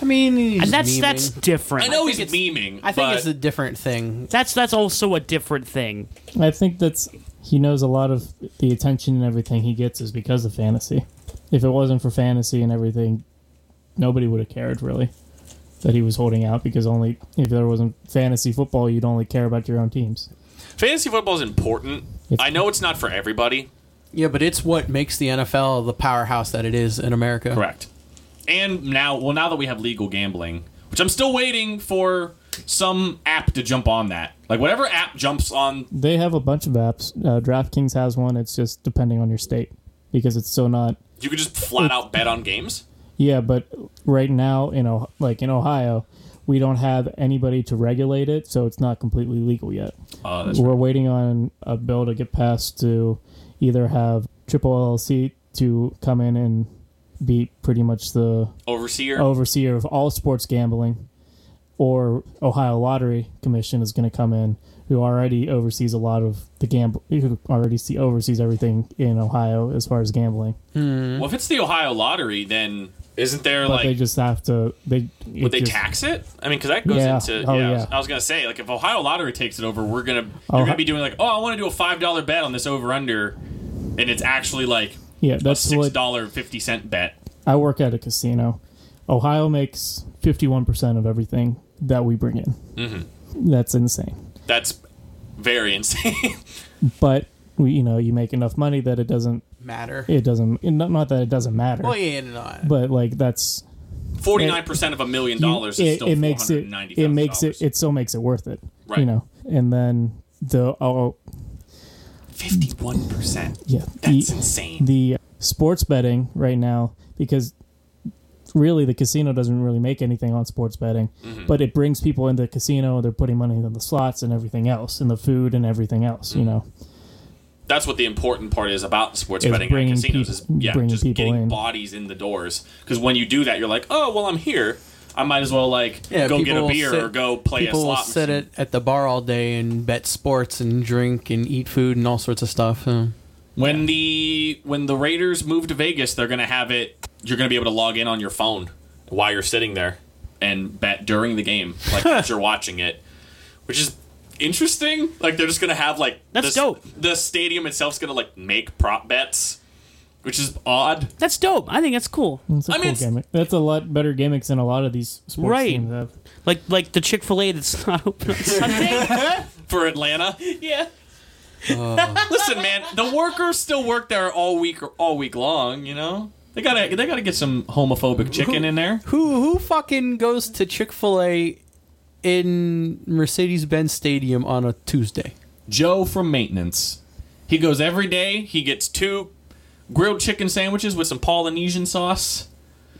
S3: I mean, he's
S2: And that's
S3: memeing.
S2: that's different.
S5: know he's memeing.
S3: I think
S5: but
S3: it's a different thing.
S2: That's that's also a different thing.
S1: I think that's he knows a lot of the attention and everything he gets is because of fantasy. If it wasn't for fantasy and everything, nobody would have cared really that he was holding out because only if there wasn't fantasy football, you'd only care about your own teams.
S4: Fantasy football is important.
S1: It's-
S4: I know it's not for everybody.
S3: Yeah, but it's what makes the NFL the powerhouse that it is in America.
S4: Correct.
S5: And now, well, now that we have legal gambling, which I'm still waiting for some app to jump on that. Like, whatever app jumps on
S1: They have a bunch of apps. Uh, DraftKings has one. It's just depending on your state because it's still not.
S4: You could just flat out bet on games.
S1: Yeah, but right now in oh like in Ohio, we don't have anybody to regulate it, so it's not completely legal yet.
S5: uh, that's
S1: We're waiting on a bill to get passed to either have Triple LLC to come in and be pretty much the
S4: Overseer.
S1: overseer of all sports gambling, or Ohio Lottery Commission is going to come in, who already oversees a lot of the gamble, who already see oversees everything in Ohio as far as gambling.
S4: Well, if it's the Ohio lottery, then isn't there
S1: But
S4: like
S1: they just have to they
S4: would they tax it? I mean, because that goes
S1: Yeah.
S4: into
S1: Oh,
S4: yeah, I was-
S1: yeah.
S4: I was gonna say like if Ohio lottery takes it over, we're gonna you're gonna be doing like oh I want to do a five dollar bet on this over under, and it's actually like
S1: yeah
S4: a
S1: that's
S4: six
S1: what
S4: dollar fifty cent bet.
S1: I work at a casino. Ohio makes 51% of everything that we bring in.
S4: Mm-hmm.
S1: That's insane.
S4: That's very insane.
S1: But we, you know, you make enough money that it doesn't,
S3: Matter.
S1: it doesn't, not, not that it doesn't matter,
S3: Well, yeah, no, I-
S1: but like that's,
S4: Forty nine percent of a million
S1: you-
S4: dollars is
S1: it,
S4: still
S1: it makes it, it makes it, it still makes it worth it, you
S4: Right.
S1: know? And then the, oh,
S4: fifty one percent.
S1: yeah.
S4: That's
S1: the,
S4: insane.
S1: the sports betting right now because really the casino doesn't really make anything on sports betting,
S4: Mm-hmm.
S1: but it brings people into the casino. They're putting money into the slots and everything else, and the food and everything else.
S4: Mm-hmm.
S1: You know,
S4: That's what the important part is about sports
S1: Is
S4: betting and
S1: bringing
S4: casinos is
S1: peop-
S4: yeah,
S1: bringing
S4: just
S1: people
S4: getting
S1: in.
S4: bodies in the doors. Because when you do that, you're like, oh, well, I'm here. I might as well like
S3: Yeah,
S4: go
S3: people
S4: get a
S3: will
S4: beer
S3: sit-
S4: or go play a
S3: People will
S4: slot.
S3: sit
S4: machine.
S3: at, at the bar all day and bet sports and drink and eat food and all sorts of stuff. so.
S4: When the when the Raiders move to Vegas, they're gonna have it. You're gonna be able to log in on your phone while you're sitting there and bet during the game, like as you're watching it, which is interesting. Like they're just gonna have like
S2: That's
S4: the, s-
S2: dope.
S4: The stadium itself's gonna like make prop bets, which is odd.
S2: That's dope. I think that's cool.
S1: it's a
S4: I mean,
S1: cool
S4: it's-
S1: gimmick. That's a lot better gimmicks than a lot of these sports
S2: Right.
S1: teams have.
S2: Like like the Chick Fil A that's not open on Sunday.
S4: for Atlanta.
S2: yeah.
S4: Listen, man, the workers still work there all week all week long. You know, they gotta they gotta get some homophobic chicken in there.
S3: Who who fucking goes to Chick Fil A in Mercedes Benz Stadium on a Tuesday?
S4: Joe from maintenance. He goes every day. He gets two grilled chicken sandwiches with some Polynesian sauce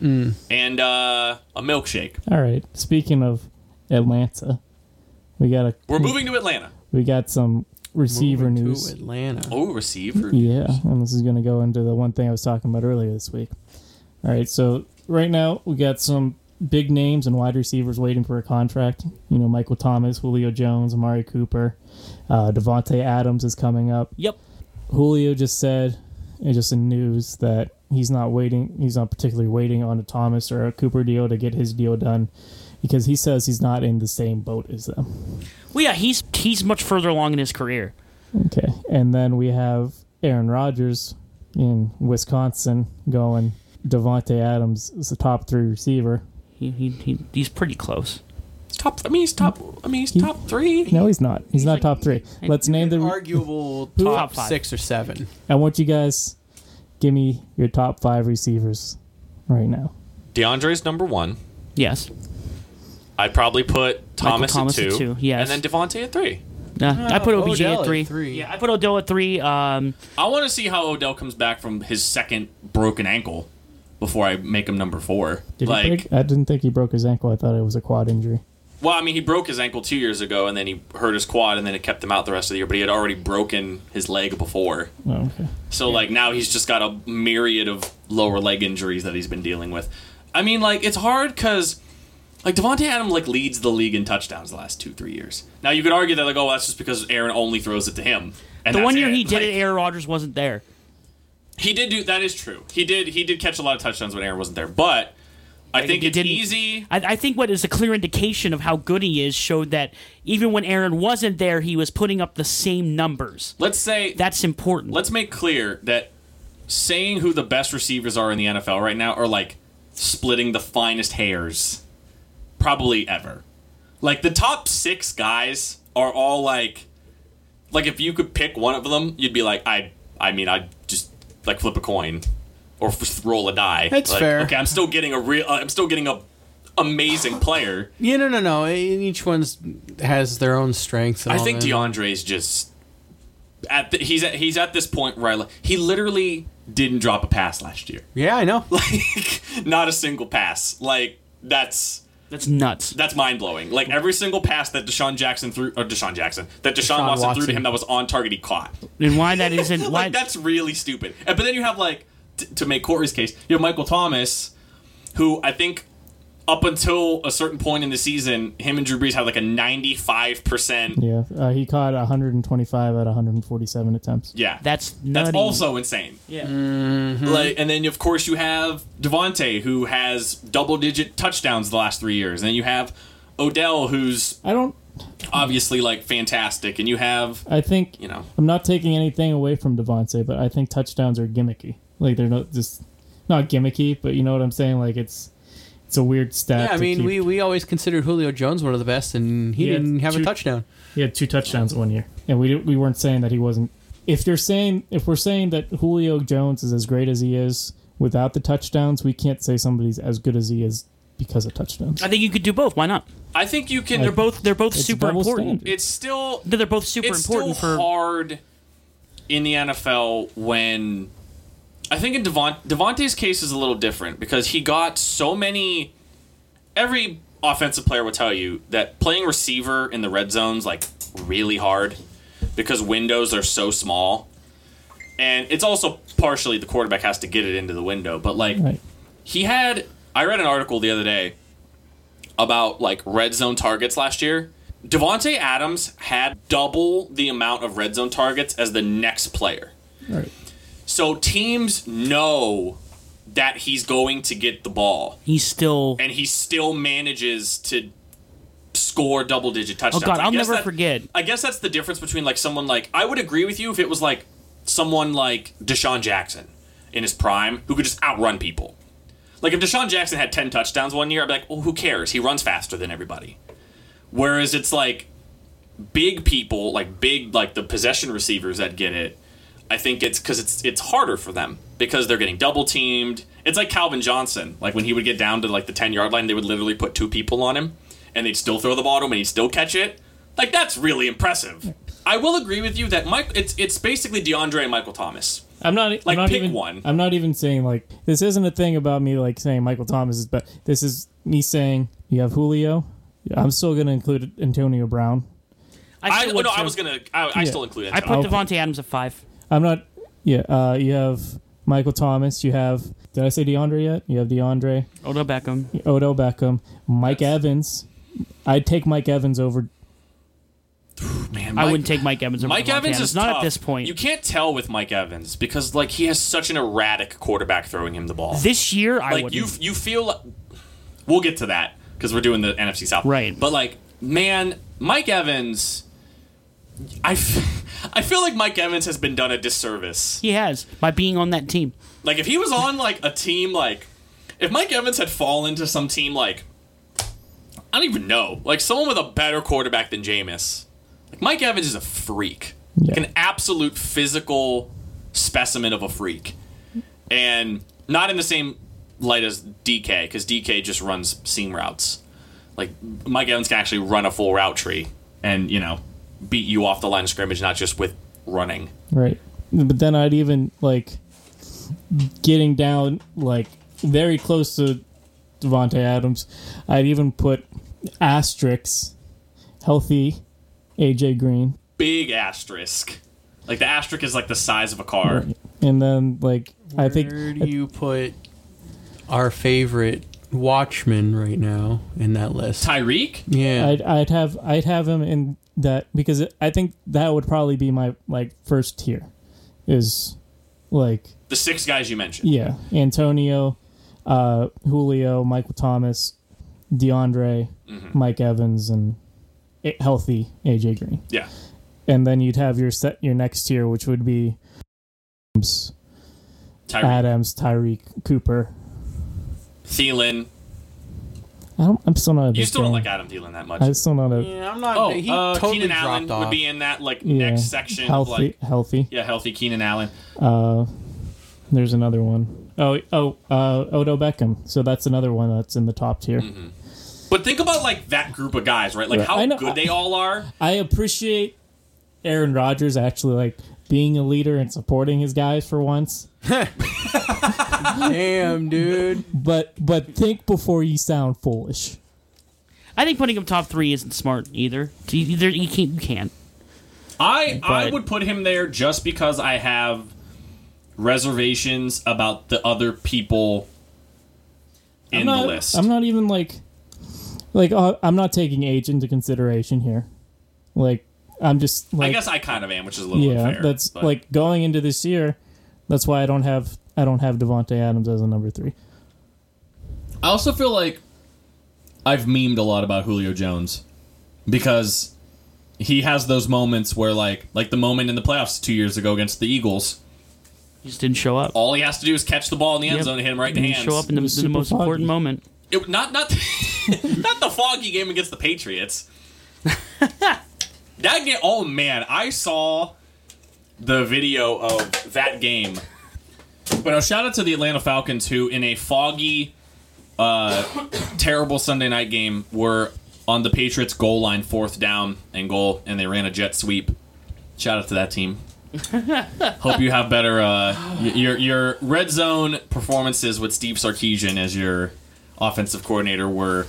S4: and uh, a milkshake.
S1: All right. Speaking of Atlanta, we got a
S4: We're moving to Atlanta.
S1: we got some receiver
S3: Moving
S1: news.
S3: to Atlanta.
S4: Oh, receiver.
S1: Yeah, and this is going to go into the one thing I was talking about earlier this week. All right, so right now we got some big names and wide receivers waiting for a contract. You know, Michael Thomas, Julio Jones, Amari Cooper, uh, Devontae Adams is coming up.
S2: Yep.
S1: Julio just said, and just in news, that he's not waiting. He's not particularly waiting on a Thomas or a Cooper deal to get his deal done because he says he's not in the same boat as them.
S2: Well, yeah. He's he's much further along in his career.
S1: Okay, and then we have Aaron Rodgers in Wisconsin going. Devonte Adams is the top three receiver.
S2: He, he, he he's pretty close.
S4: He's top. I mean, he's top. I mean, he's top three.
S1: No, he's not. He's, not top three. Let's name the.
S3: Arguable
S2: Top
S3: top,
S2: five.
S3: six or seven.
S1: I want you guys give me your top five receivers right now.
S4: DeAndre's number one.
S2: Yes.
S4: I'd probably put Thomas,
S2: Thomas
S4: at
S2: at
S4: two.
S2: two, yes.
S4: And then Devontae at three.
S2: Uh, I put OBJ
S3: Odell
S2: at
S3: at
S2: three.
S3: three.
S2: Yeah, I put Odell at three. Um,
S4: I want to see how Odell comes back from his second broken ankle before I make him number four.
S1: Did
S4: like,
S1: he break? I didn't think he broke his ankle. I thought it was a quad injury.
S4: well, I mean, he broke his ankle two years ago, and then he hurt his quad, and then it kept him out the rest of the year. But he had already broken his leg before,
S1: Oh, okay.
S4: so like now he's just got a myriad of lower leg injuries that he's been dealing with. I mean, like it's hard because like Devonte Adams like leads the league in touchdowns the last two three years. Now you could argue that like oh that's just because Aaron only throws it to him. And
S2: the
S4: that's
S2: one year
S4: it.
S2: he did
S4: Like,
S2: it, Aaron Rodgers wasn't there.
S4: He did do that is true. He did he did catch a lot of touchdowns when Aaron wasn't there, but I think
S2: he
S4: it's
S2: didn't-
S4: easy.
S2: I, I think what is a clear indication of how good he is showed that even when Aaron wasn't there, he was putting up the same numbers.
S4: Let's say
S2: That's important.
S4: let's make clear that saying who the best receivers are in the NFL right now are like splitting the finest hairs probably ever. Like the top 6 guys are all like like if you could pick one of them, you'd be like I I mean I'd just like flip a coin or f- roll a die.
S3: That's
S4: Like,
S3: fair.
S4: Okay, I'm still getting a real uh, I'm still getting a amazing player.
S3: Yeah, no, no, no. And Each one's has their own strengths. And
S4: I
S3: all
S4: think
S3: that.
S4: DeAndre's just at the, he's at he's at this point where I, li- he literally didn't drop a pass last year.
S3: Yeah, I know.
S4: Like not a single pass. Like that's
S2: That's nuts.
S4: that's mind blowing. Like every single pass that Deshaun Jackson threw or Deshaun Jackson that Deshaun,
S3: Deshaun
S4: Watson, threw to
S3: Watson.
S4: him that was on target he caught.
S2: And why that isn't why
S4: Like that's really stupid. And, but then you have like t- to make Corey's case, you have Michael Thomas, who I think up until a certain point in the season, him and Drew Brees had like a ninety five percent.
S1: Yeah, uh, he caught 125 out of 147 attempts.
S4: Yeah,
S2: that's
S4: That's
S2: nutty.
S4: also insane.
S2: yeah.
S4: Like, and then of course you have Devonte, who has double-digit touchdowns the last three years, and then you have Odell, who's
S1: I don't.
S4: obviously like fantastic, and you have
S1: I think
S4: you know
S1: I'm not taking anything away from Devontae, but I think touchdowns are gimmicky. Like they're not just not gimmicky, but you know what I'm saying. Like it's it's a weird stat.
S3: Yeah, I
S1: to
S3: mean,
S1: keep-
S3: we, we always considered Julio Jones one of the best, and he
S1: Yeah,
S3: didn't have
S1: two-
S3: a touchdown.
S1: he had two touchdowns one year, and we we weren't saying that he wasn't. If you're saying if we're saying that Julio Jones is as great as he is without the touchdowns, we can't say somebody's as good as he is because of touchdowns.
S2: I think you could do both. Why not?
S4: I think you can.
S2: They're both they're both
S1: It's
S2: super
S1: double
S2: important.
S1: standard.
S4: it's still
S2: They're both super
S4: it's
S2: important
S4: still
S2: for
S4: hard in the NFL when I think in Devont Devontae's case is a little different because he got so many. Every offensive player will tell you that playing receiver in the red zone's like really hard because windows are so small, and it's also partially the quarterback has to get it into the window. But like
S1: Right.
S4: he had, I read an article the other day about like red zone targets last year. Devonte Adams had double the amount of red zone targets as the next player.
S1: Right.
S4: So teams know that he's going to get the ball,
S2: He's still.
S4: and he still manages to score double digit touchdowns.
S2: Oh God,
S4: I
S2: I'll
S4: guess
S2: never
S4: that-
S2: forget.
S4: I guess that's the difference between like someone like I would agree with you if it was like someone like Deshaun Jackson in his prime who could just outrun people. Like if Deshaun Jackson had ten touchdowns one year, I'd be like, oh, who cares? He runs faster than everybody. Whereas it's like big people, like big like the possession receivers that get it. I think it's because it's it's harder for them because they're getting double teamed. It's like Calvin Johnson, like when he would get down to like the ten yard line, they would literally put two people on him, and they'd still throw the ball to him, and he'd still catch it. Like that's really impressive. I will agree with you that Mike. It's it's basically DeAndre and Michael Thomas.
S1: I'm not e-, I'm
S4: Like,
S1: not
S4: pick
S1: even,
S4: one.
S1: I'm not even saying like this isn't a thing about me like saying Michael Thomas is but this is me saying you have Julio. I'm still gonna include Antonio Brown.
S4: I
S2: still
S4: no,
S2: would
S4: I
S2: too.
S4: was gonna. Oh. I, I
S1: Yeah.
S4: still include
S2: I
S4: that.
S2: put
S1: Okay.
S2: Devonte Adams at five.
S1: I'm not yeah, uh you have Michael Thomas, you have did I say DeAndre yet? You have DeAndre,
S2: Odell Beckham.
S1: Odo Beckham, Mike Evans. I'd take Mike Evans over
S4: Oh, Man,
S2: I
S4: Mike-
S2: wouldn't take Mike Evans. Over
S4: Mike
S2: Devontae
S4: Evans
S2: Adams.
S4: is
S2: not
S4: tough.
S2: at this point.
S4: You can't tell with Mike Evans because like he has such an erratic quarterback throwing him the ball.
S2: This year, I
S4: like
S2: would.
S4: you you feel like, we'll get to that because we're doing the NFC South
S2: Right.
S4: but like man Mike Evans I, f- I feel like Mike Evans has been done a disservice
S2: He has by being on that team.
S4: like if he was on like a team like if Mike Evans had fallen to some team like I don't even know like someone with a better quarterback than Jameis like Mike Evans is a freak
S1: Yeah.
S4: like an absolute physical specimen of a freak and not in the same light as DK because DK just runs seam routes. Like Mike Evans can actually run a full route tree and you know beat you off the line of scrimmage, not just with running.
S1: Right. But then I'd even like getting down like very close to Devonte Adams. I'd even put asterisks healthy AJ Green
S4: Big asterisk. Like the asterisk is like the size of a car.
S1: and then like I think
S3: Where do you put our favorite Watchman right now in that list?
S4: Tyreek.
S3: Yeah,
S1: I'd I'd have I'd have him in that because I think that would probably be my like first tier is like
S4: The six guys you mentioned.
S1: yeah, Antonio, uh Julio, Michael Thomas, DeAndre,
S4: Mm-hmm.
S1: Mike Evans and a- healthy AJ Green.
S4: Yeah.
S1: and then you'd have your set your next tier, which would be Adams,
S4: Tyreek.
S1: Adams, Tyreek, Cooper.
S4: Thielen.
S1: I don't, Uh, I'm still not. A
S4: You
S1: big
S4: still don't
S1: fan.
S4: like Adam Thielen that much.
S1: I'm still not a
S3: yeah, I'm not.
S4: oh,
S3: he
S4: uh,
S3: totally
S4: Keenan
S3: dropped
S4: Allen
S3: off.
S4: would be in that like
S1: yeah,
S4: next section.
S1: Healthy,
S4: Of, Mm, like,
S1: healthy.
S4: yeah, healthy Keenan Allen.
S1: Uh, there's another one. Oh, oh, uh, Odo Beckham. So that's another one that's in the top tier.
S4: Mm-hmm. But think about like that group of guys, right? Like
S1: Yeah.
S4: how
S1: I know-
S4: good they all are.
S1: I appreciate Aaron Rodgers actually like being a leader and supporting his guys for once.
S3: Damn, dude.
S1: But but think before you sound foolish.
S2: I think putting him top three isn't smart either. You- Either you can't. You can't.
S4: I I
S2: But-
S4: would put him there just because I have reservations about the other people in
S1: I'm not,
S4: the list.
S1: I'm not even like, like uh, I'm not taking age into consideration here. Like I'm just like
S4: I guess I kind of am, which is a little
S1: yeah.
S4: unfair.
S1: that's
S4: but-
S1: like going into this year. That's why I don't have I don't have Devonte Adams as a number three.
S4: I also feel like I've memed a lot about Julio Jones because he has those moments where like like the moment in the playoffs two years ago against the Eagles,
S2: He just didn't show up.
S4: all he has to do is catch the ball in the end
S2: Yep.
S4: zone and hit him right in
S2: He
S4: the
S2: didn't
S4: hands.
S2: show up in the,
S1: He was
S2: in the
S1: super
S2: most
S1: foggy.
S2: important moment.
S4: It, not not not the foggy game against the Patriots. that game. Oh man, I saw the video of that game. But a shout out to the Atlanta Falcons, who in a foggy, uh, terrible Sunday night game were on the Patriots goal line, fourth down and goal, and they ran a jet sweep. Shout out to that team. Hope you have better uh, y- your your red zone performances with Steve Sarkeesian as your offensive coordinator were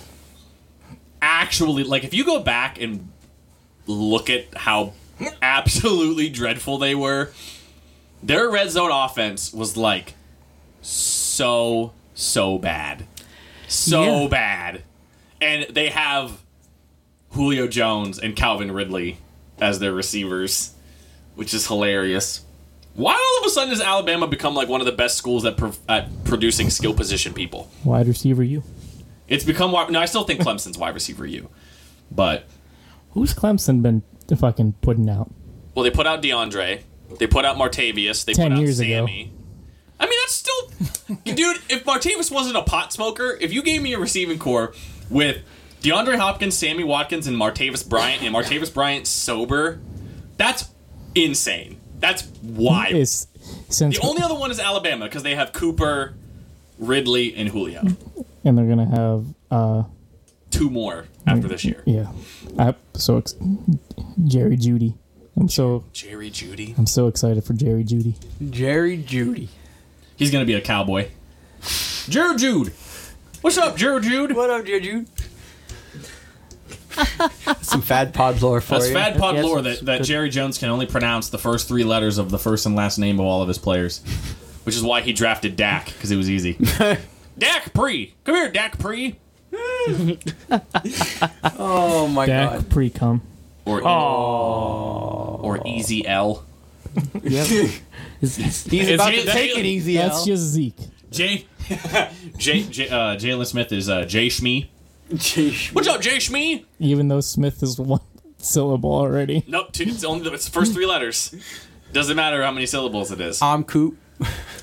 S4: actually like if you go back and look at how absolutely dreadful they were, their red zone offense was like so so bad, so
S2: Yeah.
S4: bad, and they have Julio Jones and Calvin Ridley as their receivers, which is hilarious. Why all of a sudden does Alabama become like one of the best schools at, pro- at producing skill position people?
S1: Wide receiver, you.
S4: It's become wide. No, I still think Clemson's wide receiver U, but
S1: Who's Clemson been fucking putting out?
S4: well, they put out DeAndre, they put out Martavius, they
S1: Ten
S4: put
S1: years
S4: out
S1: ago.
S4: Sammy. I mean, that's still, dude. If Martavius wasn't a pot smoker, if you gave me a receiving core with DeAndre Hopkins, Sammy Watkins, and Martavis Bryant, and Martavis Bryant sober, that's insane. That's wild.
S1: Is since
S4: The only other one is Alabama because they have Cooper, Ridley, and Julio.
S1: and they're gonna have uh
S4: Two more after this year.
S1: yeah. I'm so ex- Jerry Judy. I'm so
S4: Jerry Judy.
S1: I'm so excited for Jerry Judy.
S3: Jerry Judy.
S4: He's gonna be a cowboy. Jerry Jude. What's up, Jerry Jude?
S3: What up, Jerry Judy? Some fad pod lore for
S4: That's
S3: you.
S4: fad pod
S2: Yes,
S4: lore
S2: it's
S4: that, that
S2: good.
S4: Jerry Jones can only pronounce the first three letters of the first and last name of all of his players, which is why he drafted Dak because it was easy. Dak Pre, come here, Dak Pre.
S3: Oh my
S1: Dak pre cum.
S4: Or or Easy L.
S2: Is- is-
S3: He's
S4: Is
S3: about
S4: he-
S3: to take it easy.
S1: That's
S3: Al.
S1: just Zeke.
S4: Jay. Jay, Jay uh, Jalen Smith is uh, Jay Shmee. What's up, Jay Shmee?
S1: Even though Smith is one syllable already.
S4: Nope, two, it's only the it's the first three letters. Doesn't matter how many syllables it
S2: Uh.
S4: is.
S3: I'm Coop.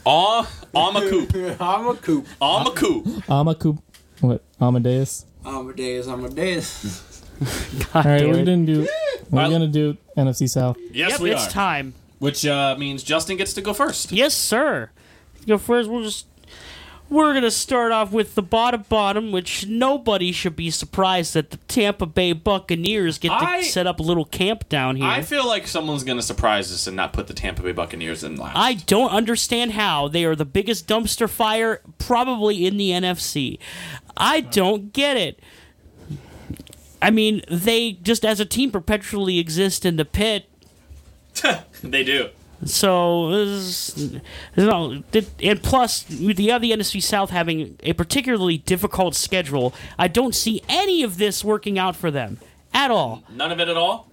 S4: Aw, I'm a coop.
S3: I'm a Coop.
S4: I'm a coop.
S1: Amaku what? Amadeus?
S3: I'm a Dez. I'm a Dez.
S2: God
S1: Alright,
S2: damn
S1: we
S2: it.
S1: didn't do we're
S4: Well-
S1: gonna do NFC South.
S4: Yes,
S2: Yep,
S4: we
S2: it's
S4: are.
S2: time.
S4: Which uh, means Justin gets to go first.
S2: Yes, sir. You know, first we'll just we're gonna start off with the bottom bottom, which nobody should be surprised that the Tampa Bay Buccaneers get to
S4: I-
S2: set up a little camp down here.
S4: I
S2: I,
S4: feel like someone's going to surprise us and not put the Tampa Bay Buccaneers in last.
S2: don't understand how they are the biggest dumpster fire probably in the NFC. I don't get it. I mean, they just as a team perpetually exist in the pit
S4: they do.
S2: So this is- no, th- and plus with the other NFC South having a particularly difficult schedule, I don't see any of this working out for them at all.
S4: None of it at all?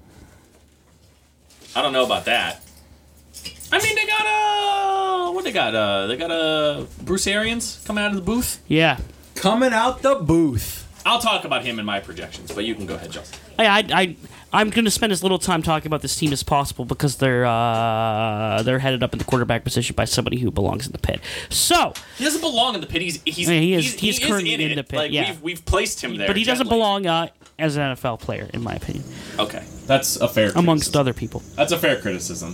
S4: I don't know about that. I mean, they got uh, what they got? Uh, they got uh, Bruce Arians coming out of the booth.
S2: Yeah,
S3: Coming out the booth.
S4: I'll talk about him in my projections, but you can go ahead, Justin.
S2: I, I, I I'm going to spend as little time talking about this team as possible because they're uh, they're headed up in the quarterback position by somebody who belongs in the pit. So,
S4: He doesn't belong in the pit. He's he's
S2: Yeah, he is-
S4: he's,
S2: he's
S4: he is
S2: currently
S4: in,
S2: in
S4: it.
S2: the pit,
S4: Like,
S2: yeah.
S4: we've, we've placed him there,
S2: but he doesn't
S4: gently.
S2: belong uh, as an NFL player, in my opinion,
S4: Okay, that's a fair
S2: amongst
S4: criticism.
S2: other people.
S4: That's a fair criticism.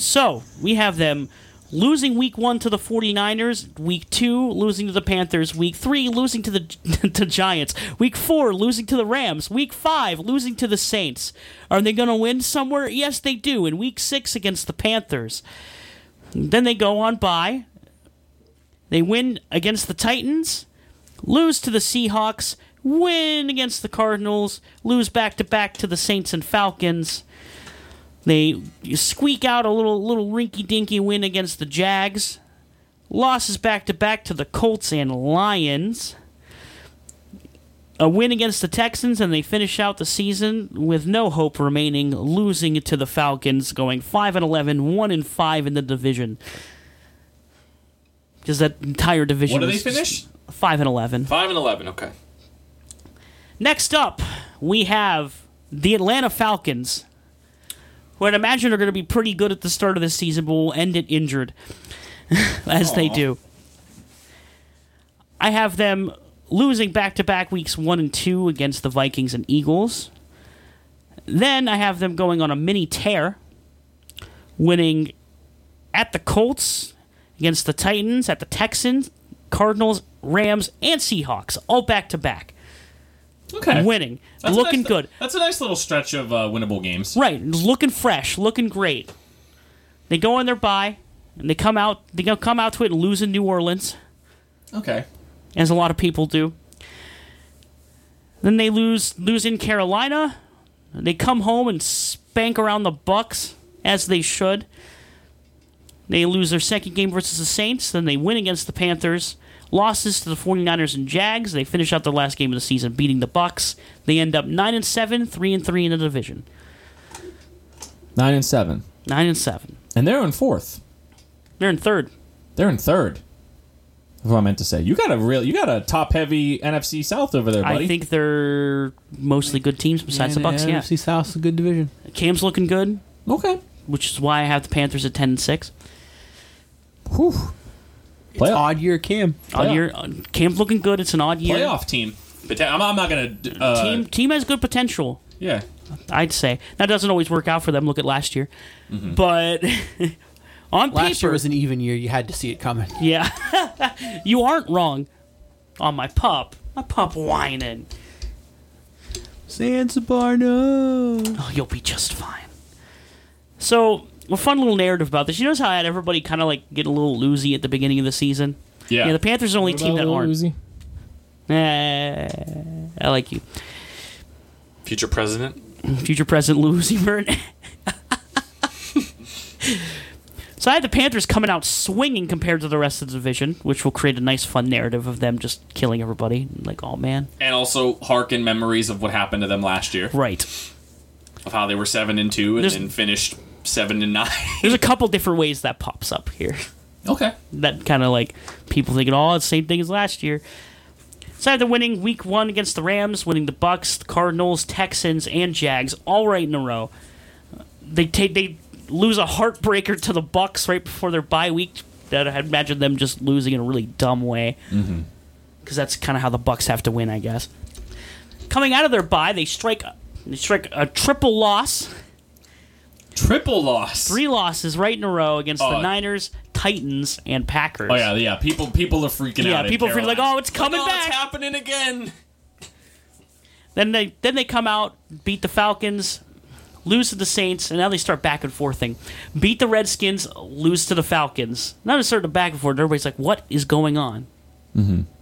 S2: So we have them losing week one to the 49ers, week two losing to the Panthers, week three losing to the to Giants, week four losing to the Rams, week five losing to the Saints. Are they going to win somewhere? Yes, they do. In week six against the Panthers, then they go on by. They win against the Titans, lose to the Seahawks, win against the Cardinals, lose back to back to the Saints and Falcons. They squeak out a little little rinky dinky win against the Jags. Losses back to back to the Colts and Lions. A win against the Texans, and they finish out the season with no hope remaining, losing to the Falcons, going 5 and 11, 1 and 5 in the division. Because that entire division.
S4: What do they
S2: was just
S4: finish?
S2: 5 and 11.
S4: Five and eleven. Okay.
S2: Next up, we have the Atlanta Falcons, who I'd imagine are going to be pretty good at the start of the season, but will end it injured, as they do. I have them losing back to back weeks one and two against the Vikings and Eagles. Then I have them going on a mini tear, winning at the Colts, against the Titans, at the Texans, Cardinals, Rams, and Seahawks, all back to back
S4: Okay.
S2: winning,
S4: That's a
S2: looking
S4: nice-
S2: good.
S4: That's a nice little stretch of uh, winnable games.
S2: Right, looking fresh, looking great. They go on their bye, and they come out. They go come out to it and lose in New Orleans,
S5: Okay.
S2: as a lot of people do. Then they lose lose in Carolina. They come home and spank around the Bucks as they should. They lose their second game versus the Saints, then they win against the Panthers. Losses to the 49ers and Jags. They finish out their last game of the season beating the Bucks. They end up 9 and 7, 3 and 3 in the division.
S5: Nine and seven,
S2: 9 and 7.
S5: and they're in fourth.
S2: They're in third.
S5: They're in third. That's What I meant to say. You got a real, you got a top heavy NFC South over there, buddy.
S2: I think they're mostly good teams besides the Bucks, yeah.
S3: NFC South is a good division.
S2: Cam's looking good,
S5: okay.
S2: which is why I have the Panthers at 10 and 6.
S5: Whew.
S3: It's
S5: Playoff,
S3: odd year Cam.
S2: Odd
S5: Playoff.
S2: year. uh, Cam's looking good. It's an odd year.
S5: playoff team. But I'm, I'm not gonna uh,
S2: Team team has good potential.
S5: Yeah.
S2: I'd say. That doesn't always work out for them. Look at last year. But on
S3: Last
S2: paper,
S3: year was an even year. You had to see it coming.
S2: yeah, you aren't wrong on my pup. My pup whining.
S3: Zanzibar, no.
S2: Oh, you'll be just fine. So, a fun little narrative about this. You notice how I had everybody kind of like get a little loosey at the beginning of the season?
S5: Yeah.
S2: the Panthers are the only team that aren't.
S1: Uzi?
S2: Eh, I like you.
S4: Future president.
S2: future president Louis Ebert. so I had the Panthers coming out swinging compared to the rest of the division, which will create a nice, fun narrative of them just killing everybody. Like, oh man,
S5: and also harken memories of what happened to them last year,
S2: right.
S5: of how they were seven and two and
S2: There's-
S5: then finished seven and nine.
S2: There's a couple different ways that pops up here.
S5: okay.
S2: That kind of like people thinking, oh, it's the same thing as last year. So I had the winning week one against the Rams, winning the Bucks, the Cardinals, Texans, and Jags all right in a row. They take they lose a heartbreaker to the Bucks right before their bye week. That I imagine them just losing in a really dumb way, because
S5: Mm-hmm.
S2: that's kind of how the Bucks have to win, I guess. Coming out of their bye, they strike they strike a triple loss,
S5: Triple loss.
S2: three losses right in a row against the
S5: Oh.
S2: Niners, Titans, and Packers.
S5: Oh yeah, yeah. People, people are freaking
S2: Yeah,
S5: out. in
S2: people feel like,
S5: Carolina.
S2: oh, it's coming
S5: oh,
S2: back.
S5: It's happening again.
S2: Then they then they come out, beat the Falcons, lose to the Saints, and now they start back and forthing. Beat the Redskins, lose to the Falcons. Now they're starting to back and forth. and Everybody's like, "What is going on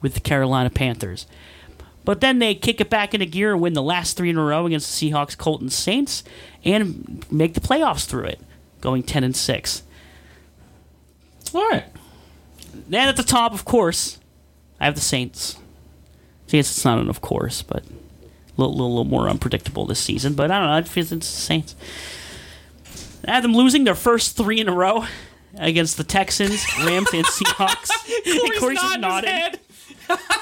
S2: with the Carolina Panthers?" But then they kick it back into gear and win the last three in a row against the Seahawks, Colts, and Saints, and make the playoffs through it, going ten and six.
S5: All right.
S2: Then at the top, of course, I have the Saints. I guess it's not an of course, but a little, little, little more unpredictable this season. But I don't know. I feel it's the Saints. I have them losing their first three in a row against the Texans, Rams, and Seahawks. And Corey's just nodding. like,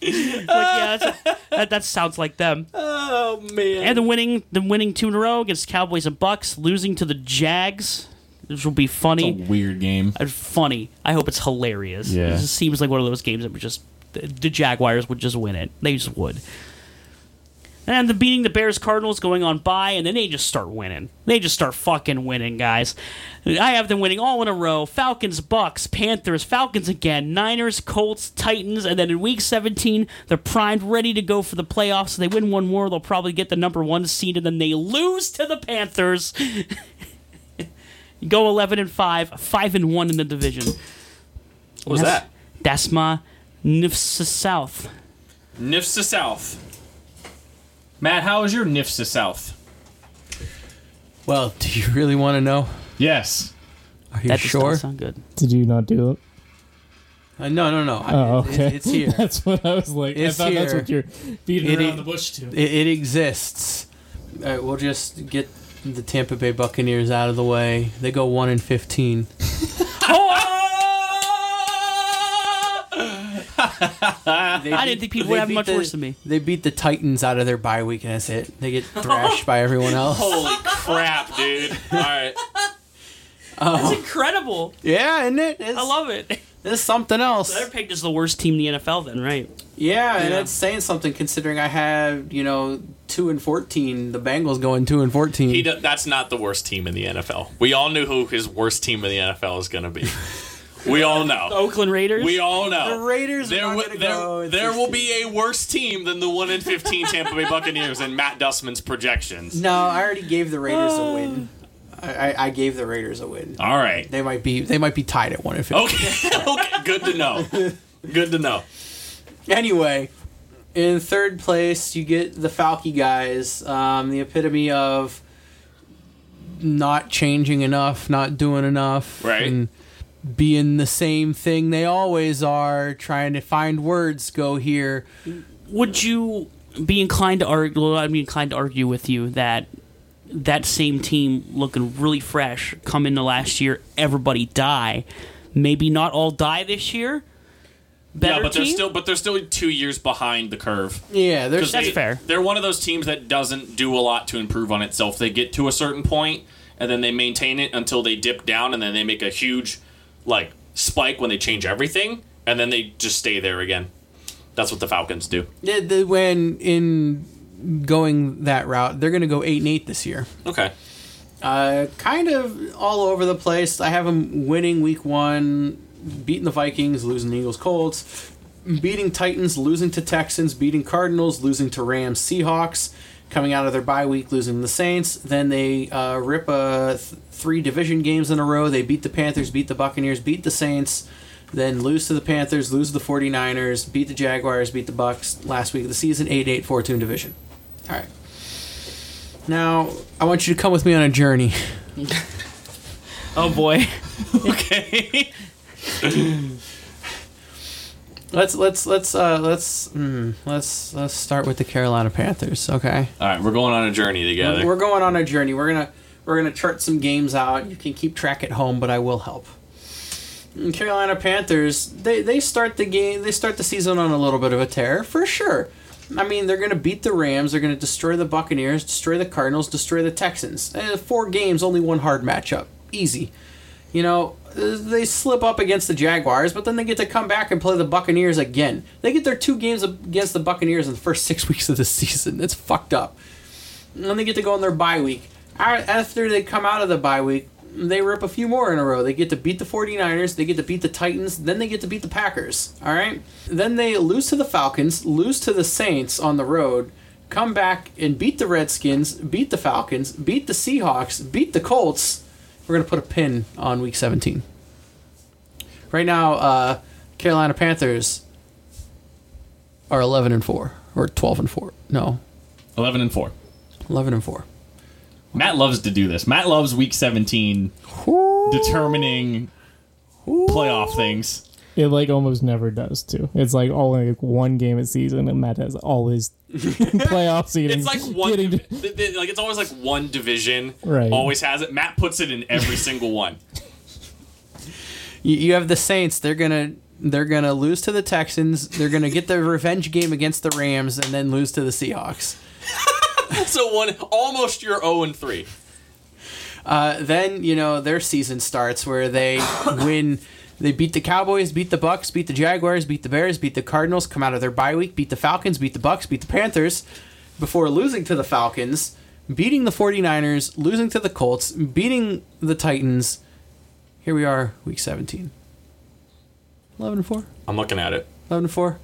S2: yeah, that's- that, that sounds like them.
S3: Oh, man.
S2: And the winning, the winning two in a row against Cowboys and Bucks, losing to the Jags, which will be funny.
S5: It's a weird game.
S2: and funny. I hope it's hilarious.
S5: Yeah.
S2: It just seems like one of those games that would just the, the Jaguars would just win it. They just would. And the beating the Bears Cardinals going on by, and then they just start winning. They just start fucking winning, guys. I have them winning all in a row. Falcons, Bucks, Panthers, Falcons again, Niners, Colts, Titans, and then in week 17, they're primed, ready to go for the playoffs. So they win one more, they'll probably get the number one seed, and then they lose to the Panthers. go 11 and 5, 5 and 1 in the division.
S4: What was that?
S2: That's my Nifsa South.
S5: NIFSA South. Matt, how is your NIFSA South?
S3: Well, do you really want to know?
S5: Yes.
S3: Are you
S2: That just
S3: sure?
S2: doesn't sound good.
S1: Did you not do it?
S3: Uh, no, no, no. I-
S1: Oh,
S3: it-
S1: okay.
S3: it's here. it,
S1: That's what I was like.
S3: It's
S1: I thought that's
S3: here.
S1: what you're beating
S3: It
S1: around
S3: is-
S1: the bush to.
S3: it exists. All right, we'll just get the Tampa Bay Buccaneers out of the way. They go 1 and 15.
S2: Oh, I didn't think people would have much worse than me.
S3: They beat the Titans out of their bye week, and that's it. They get thrashed by everyone
S2: Oh.
S3: else.
S4: Holy crap, dude! All right, Oh.
S2: That's incredible.
S3: Yeah, isn't it? It's,
S2: I love it.
S3: it's something else.
S2: They're picked as the worst team in the NFL, then, right?
S3: Yeah, and
S2: Yeah.
S3: that's saying something considering I have, you know, 2 and 14. The Bengals going 2 and 14.
S4: he do- that's not the worst team in the NFL. We all knew who his worst team in the NFL is going to be. We all know.
S2: Oakland Raiders.
S4: We all know.
S3: The Raiders are
S4: There,
S3: not
S4: wi-
S3: gonna
S4: there,
S3: go at
S4: there will
S3: 16.
S4: be a worse team than the one in fifteen Tampa Bay Buccaneers and Matt Dustman's projections.
S3: No, I already gave the Raiders a win. I, I- I gave the Raiders a win.
S4: All right.
S3: They might be they might be tied at one if
S4: Okay. okay. Good to know. Good to know.
S3: Anyway, in third place you get the Falky guys, um, the epitome of not changing enough, not doing enough,
S4: Right.
S3: and being the same thing they always are, trying to find words go here.
S2: Would you be inclined to argue? Well, I'd be inclined to argue with you that that same team looking really fresh come into last year, everybody die. Maybe not all die this year. Better
S4: yeah, but they're
S2: team?
S4: still but they're still two years behind the curve.
S3: Yeah, there's
S4: 'Cause
S2: That's
S4: they-
S2: fair.
S4: They're one of those teams that doesn't do a lot to improve on itself. They get to a certain point and then they maintain it until they dip down and then they make a huge like spike when they change everything and then they just stay there again. That's what the Falcons do.
S3: the, the, when in going that route, they're going to go eight and eight this year.
S4: Okay.
S3: Uh, kind of all over the place. I have them winning week one, beating the Vikings, losing the Eagles, Colts, beating Titans, losing to Texans, beating Cardinals, losing to Rams, Seahawks, coming out of their bye week, losing the Saints. Then they uh, rip uh, th- three division games in a row. They beat the Panthers, beat the Buccaneers, beat the Saints. Then lose to the Panthers, lose to the 49ers, beat the Jaguars, beat the Bucks last week of the season, 8 8 4 2 division. All right. Now, I want you to come with me on a journey.
S2: Oh boy.
S4: Okay.
S3: Let's let's let's uh let's mm, let's let's start with the Carolina Panthers. Okay,
S4: All right, we're going on a journey together.
S3: we're going on a journey. We're gonna we're gonna chart some games out. You can keep track at home, but I will help. Mm, Carolina Panthers. They they start the game. They start the season on a little bit of a tear for sure. I mean, they're gonna beat the Rams. They're gonna destroy the Buccaneers. Destroy the Cardinals. Destroy the Texans. Eh, four games, only one hard matchup. Easy. You know, they slip up against the Jaguars, but then they get to come back and play the Buccaneers again. They get their two games against the Buccaneers in the first six weeks of the season. That's fucked up. And then they get to go on their bye week. A- After they come out of the bye week, they rip a few more in a row. They get to beat the 49ers, they get to beat the Titans, then they get to beat the Packers. All right? Then they lose to the Falcons, lose to the Saints on the road, come back and beat the Redskins, beat the Falcons, beat the Seahawks, beat the Colts. We're going to put a pin on week 17. Right now, uh, Carolina Panthers are 11 and 4 or 12 and 4. No,
S5: Eleven and four.
S3: 11 and 4.
S5: Matt loves to do this. Matt loves week seventeen, determining playoff things.
S1: It like almost never does too. It's like only like one game a season, and Matt has all his playoff seeding.
S4: It's like one,
S1: getting to-
S4: th- th- like it's always like one division.
S1: Right.
S4: Always has it. Matt puts it in every single one.
S3: You, you have the Saints. They're gonna they're gonna lose to the Texans. They're gonna get their revenge game against the Rams and then lose to the Seahawks.
S4: So one almost your zero and three.
S3: Uh, then you know their season starts where they win. They beat the Cowboys, beat the Bucks, beat the Jaguars, beat the Bears, beat the Cardinals. Come out of their bye week, beat the Falcons, beat the Bucks, beat the Panthers, before losing to the Falcons, beating the 49ers, losing to the Colts, beating the Titans. Here we are, week 17. 11 and 4.
S4: I'm looking at it.
S3: 11 and 4.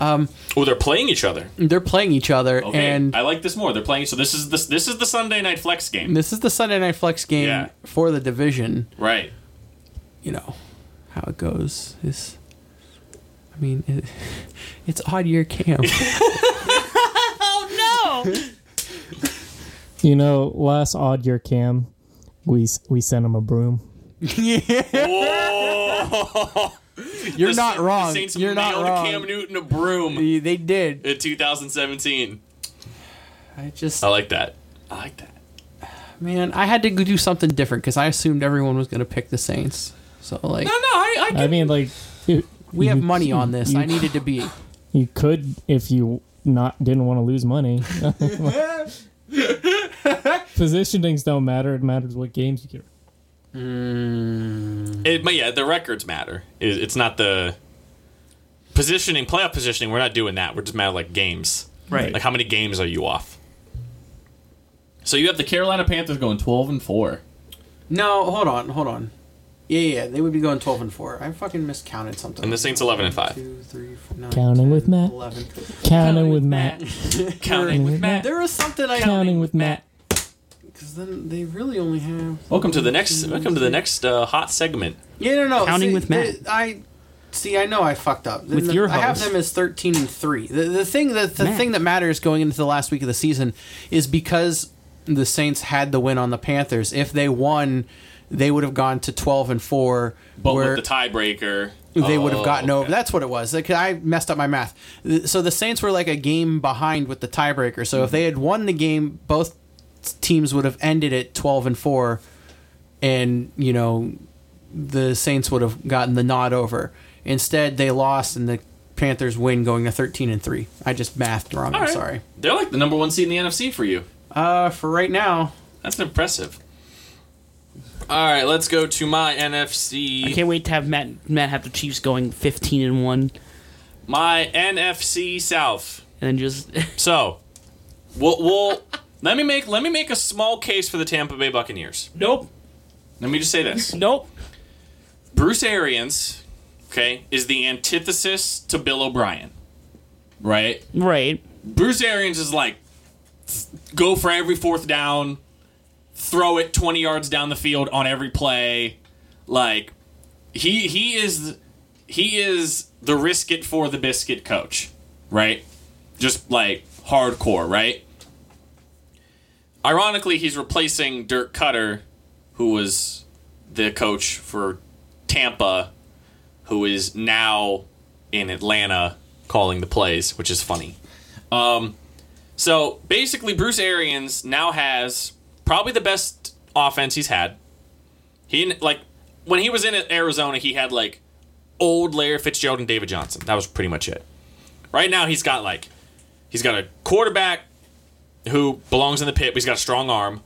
S4: Oh, they're playing each other.
S3: They're playing each other
S4: Okay,
S3: and
S4: I like this more. They're playing. So this is this this is the Sunday night flex game,
S3: This is the Sunday Night Flex game
S4: Yeah.
S3: for the division.
S4: right?
S3: You know how it goes. Is I mean, it, it's odd year camp.
S2: Oh no.
S1: you know, last odd year Cam, we s- we sent him a broom.
S4: Oh,
S3: You're not wrong.
S4: Saints
S3: You're not
S4: nailed
S3: wrong.
S4: Cam Newton a broom
S3: They they did.
S4: in 2017.
S3: I just
S4: I like that. I like that.
S3: man, I had to go do something different because I assumed everyone was gonna pick the Saints. So like,
S4: No, no, I, I,
S1: I
S4: can-
S1: mean, like it-
S3: we have
S1: you-
S3: money on this.
S1: You,
S3: I needed to be.
S1: you could if you not didn't want to lose money. Positionings don't matter. It matters what games you get.
S4: Hmm. it, but yeah, the records matter. It, it's not the positioning, playoff positioning. We're not doing that. We're just matter like games.
S2: Right.
S4: Like how many games are you off?
S5: So you have the Carolina Panthers going twelve and four.
S3: No, hold on, hold on. Yeah, yeah, they would be going twelve and four. I fucking miscounted something.
S4: And the Saints 11 and 5.
S3: Two, three, four, nine,
S1: Counting
S3: 10,
S1: with Matt.
S3: Eleven.
S1: Counting with Matt.
S4: Counting with Matt.
S3: Mm-hmm. There was something I
S1: Counting with Matt.
S3: because then they really only have. Oh,
S4: Welcome to the next. Welcome to the next uh, hot segment.
S3: Yeah, no, no.
S2: Counting
S3: see,
S2: with Matt.
S3: the- I see. I know I fucked up.
S2: With
S3: The-
S2: your
S3: I have
S2: host.
S3: them as thirteen and three. The, the thing that the
S2: Matt.
S3: thing that matters going into the last week of the season is because the Saints had the win on the Panthers. If they won, they would have gone to twelve and four.
S4: But
S3: where-
S4: with the tiebreaker,
S3: they would
S4: Oh,
S3: have gotten over.
S4: okay.
S3: That's what it was. Like, I messed up my math. Th- So the Saints were like a game behind with the tiebreaker. So if they had won the game, both teams would have ended at twelve and four, and you know, the Saints would have gotten the nod over. Instead, they lost, and the Panthers win, going to thirteen and three. I just mathed wrong.
S4: All
S3: I'm
S4: right.
S3: sorry.
S4: They're like the number one seed in the NFC for you.
S3: Uh, for right now,
S4: That's impressive. All right, let's go to my NFC.
S2: I can't wait to have Matt Matt have the Chiefs going fifteen and one, and
S4: My NFC South.
S2: then just
S4: So, we'll, we'll let me make let me make a small case for the Tampa Bay Buccaneers.
S2: nope,
S4: Let me just say this:
S2: nope.
S4: Bruce Arians, okay, is the antithesis to Bill O'Brien, right?
S2: Right.
S4: Bruce Arians is like, go for every fourth down, throw it 20 yards down the field on every play. Like, he he is he is the risk it for the biscuit coach, right? Just like hardcore, right? Ironically, he's replacing Dirk Cutter, who was the coach for Tampa, who is now in Atlanta calling the plays, which is funny. Um, So basically, Bruce Arians now has probably the best offense he's had. He like when he was in Arizona, he had like old Larry Fitzgerald and David Johnson. That was pretty much it. Right now, he's got like he's got a quarterback who belongs in the pit. But he's got a strong arm.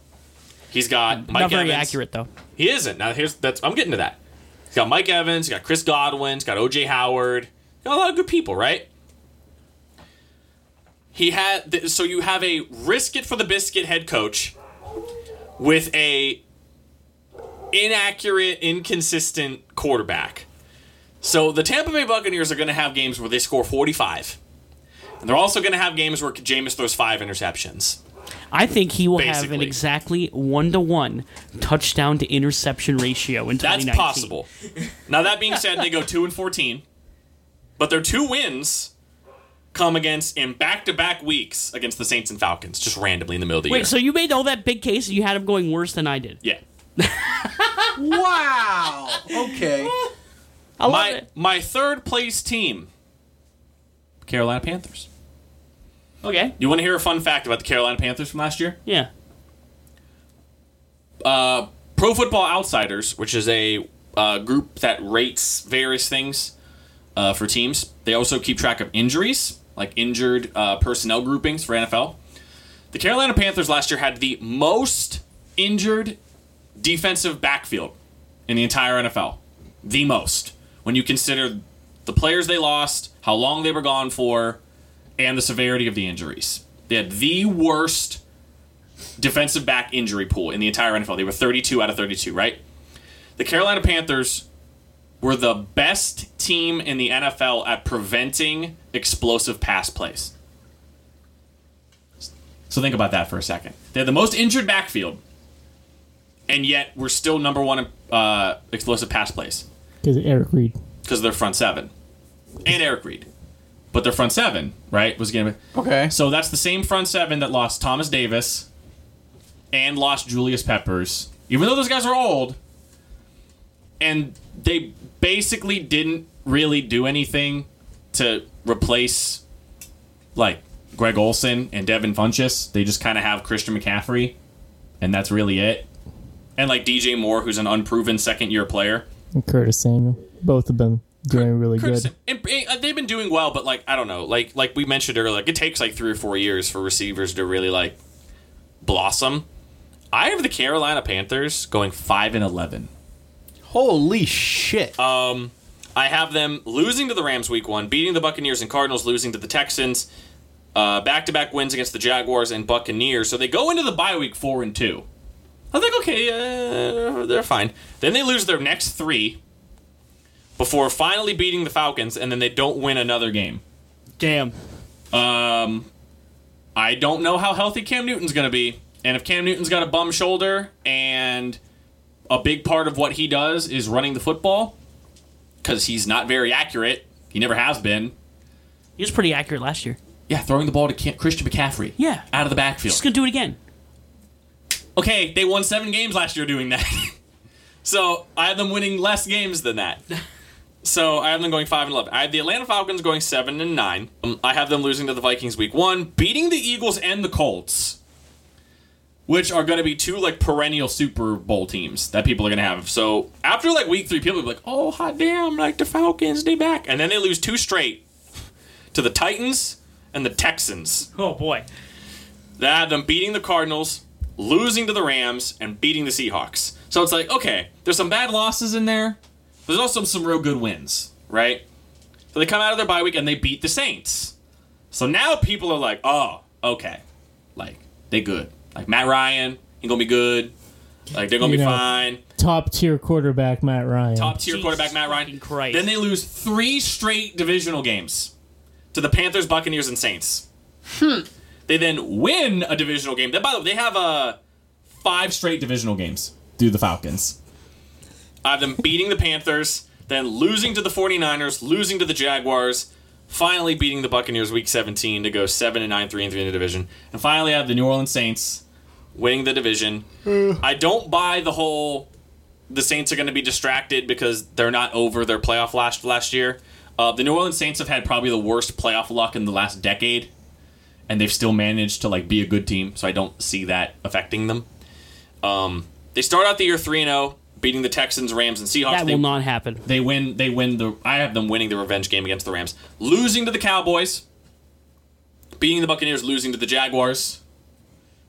S4: He's got Mike
S2: Not very
S4: Evans.
S2: accurate though.
S4: He isn't. Now here's that's I'm getting to that. He's got Mike Evans, he's got Chris Godwin, he's got OJ Howard, he's got a lot of good people, right? He had th- so you have a risk it for the biscuit head coach with a inaccurate, inconsistent quarterback. So the Tampa Bay Buccaneers are going to have games where they score 45. And they're also going to have games where Jameis throws five interceptions.
S2: I think he will have an
S4: Basically.
S2: exactly one to one touchdown to interception ratio in
S4: That's
S2: 2019.
S4: possible. now that being said, they go two and fourteen, but their two wins come against in back-to-back weeks against the Saints and Falcons, just randomly in the middle of the year.
S2: Wait, so you made all that big case and you had him going worse than I did.
S4: yeah,
S3: wow. Okay.
S2: I love
S4: my
S2: it.
S4: my third place team, Carolina Panthers.
S2: Okay.
S4: You want to hear a fun fact about the Carolina Panthers from last year?
S2: Yeah.
S4: Pro Football Outsiders, which is a uh, group that rates various things uh, for teams. They also keep track of injuries, like injured uh, personnel groupings for NFL. The Carolina Panthers last year had the most injured defensive backfield in the entire NFL. The most. When you consider the players they lost, how long they were gone for, and the severity of the injuries. They had the worst defensive back injury pool in the entire NFL. They were 32 out of 32, right? The Carolina Panthers were the best team in the NFL at preventing explosive pass plays. So think about that for a second. They had the most injured backfield, and yet we're still number one in uh, explosive pass plays
S1: Because Eric Reed.
S4: because of their front seven and Eric Reed. But their front seven, right, was going to be.
S3: Okay.
S4: So that's the same front seven that lost Thomas Davis and lost Julius Peppers. Even though those guys are old, and they basically didn't really do anything to replace like Greg Olson and Devin Funchess. They just kind of have Christian McCaffrey, and that's really it. And like DJ Moore, who's an unproven second-year player.
S1: And Curtis Samuel. Both have been doing really
S4: Curtis-
S1: good.
S4: and- and they've been doing well, but like I don't know, like like we mentioned earlier, like it takes like three or four years for receivers to really like blossom. I have the Carolina Panthers going five and eleven.
S3: Holy shit.
S4: Uh, I have them losing to the Rams week one, beating the Buccaneers and Cardinals, losing to the Texans, back to back wins against the Jaguars and Buccaneers. So they go into the bye week four and two. I think okay, uh, they're fine. Then they lose their next three before finally beating the Falcons, and then they don't win another game. Um,
S2: Damn.
S4: I don't know how healthy Cam Newton's going to be. And if Cam Newton's got a bum shoulder and a big part of what he does is running the football because he's not very accurate, he never has been.
S2: He was pretty accurate last year.
S4: Yeah, throwing the ball to Ca- Christian McCaffrey.
S2: Yeah.
S4: Out of the backfield.
S2: Just gonna do it again.
S4: Okay, they won seven games last year doing that. so I have them winning less games than that. So I have them going five and eleven. I have the Atlanta Falcons going seven and nine. Um, I have them losing to the Vikings week one, beating the Eagles and the Colts, which are going to be two like perennial Super Bowl teams that people are going to have. So after like week three, people will be like, "Oh hot damn, like the Falcons, they back," and then they lose two straight to the Titans and the Texans.
S2: Oh boy.
S4: They had them beating the Cardinals, losing to the Rams, and beating the Seahawks. So it's like, okay, there's some bad losses in there. There's also some real good wins, right? So they come out of their bye week and they beat the Saints. So now people are like, oh, okay. Like, they good. Like Matt Ryan, he gonna be good. Like they're gonna
S1: You
S4: be
S1: know.
S4: fine.
S1: Top tier quarterback Matt Ryan.
S4: Top tier
S2: Jesus
S4: quarterback Matt Ryan.
S2: fucking Christ.
S4: Then they lose three straight divisional games to the Panthers, Buccaneers, and Saints.
S2: Hmm.
S4: They then win a divisional game. Then, by the way, they have uh, five straight divisional games through the Falcons. I have them beating the Panthers, then losing to the 49ers, losing to the Jaguars, finally beating the Buccaneers week 17 to go 7 and 9, 3 and 3 in the division. And finally, I have the New Orleans Saints winning the division. I don't buy the whole the Saints are going to be distracted because they're not over their playoff last last year. Uh, the New Orleans Saints have had probably the worst playoff luck in the last decade, and they've still managed to like be a good team. So I don't see that affecting them. Um, they start out the year three and zero, beating the Texans, Rams, and Seahawks.
S2: That
S4: They-
S2: will not happen.
S4: they win. They win the. I have them winning the revenge game against the Rams, losing to the Cowboys, beating the Buccaneers, losing to the Jaguars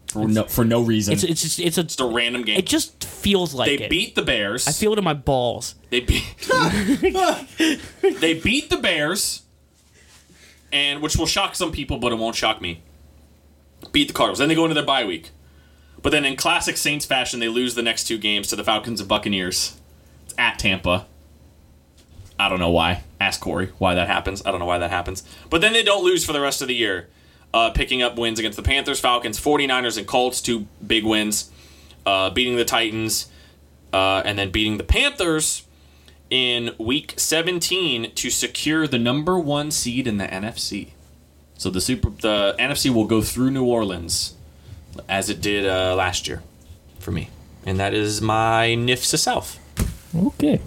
S5: for no for no reason.
S2: It's it's just it's a
S4: It's a random game.
S2: it just feels like
S4: they
S2: it.
S4: beat the Bears.
S2: I feel it in my balls.
S4: They beat They beat the Bears and which will shock some people but it won't shock me. Beat the Cardinals. Then they go into their bye week. But then in classic Saints fashion they lose the next two games to the Falcons and Buccaneers. It's at Tampa. I don't know why. Ask Corey why that happens. I don't know why that happens. But then they don't lose for the rest of the year. Uh, picking up wins against the Panthers, Falcons, 49ers, and Colts, two big wins. Uh, beating the Titans, uh, and then beating the Panthers in week 17 to secure the number one seed in the NFC. So the super the NFC will go through New Orleans as it did uh, last year for me. And that is my NIFSA South.
S1: okay.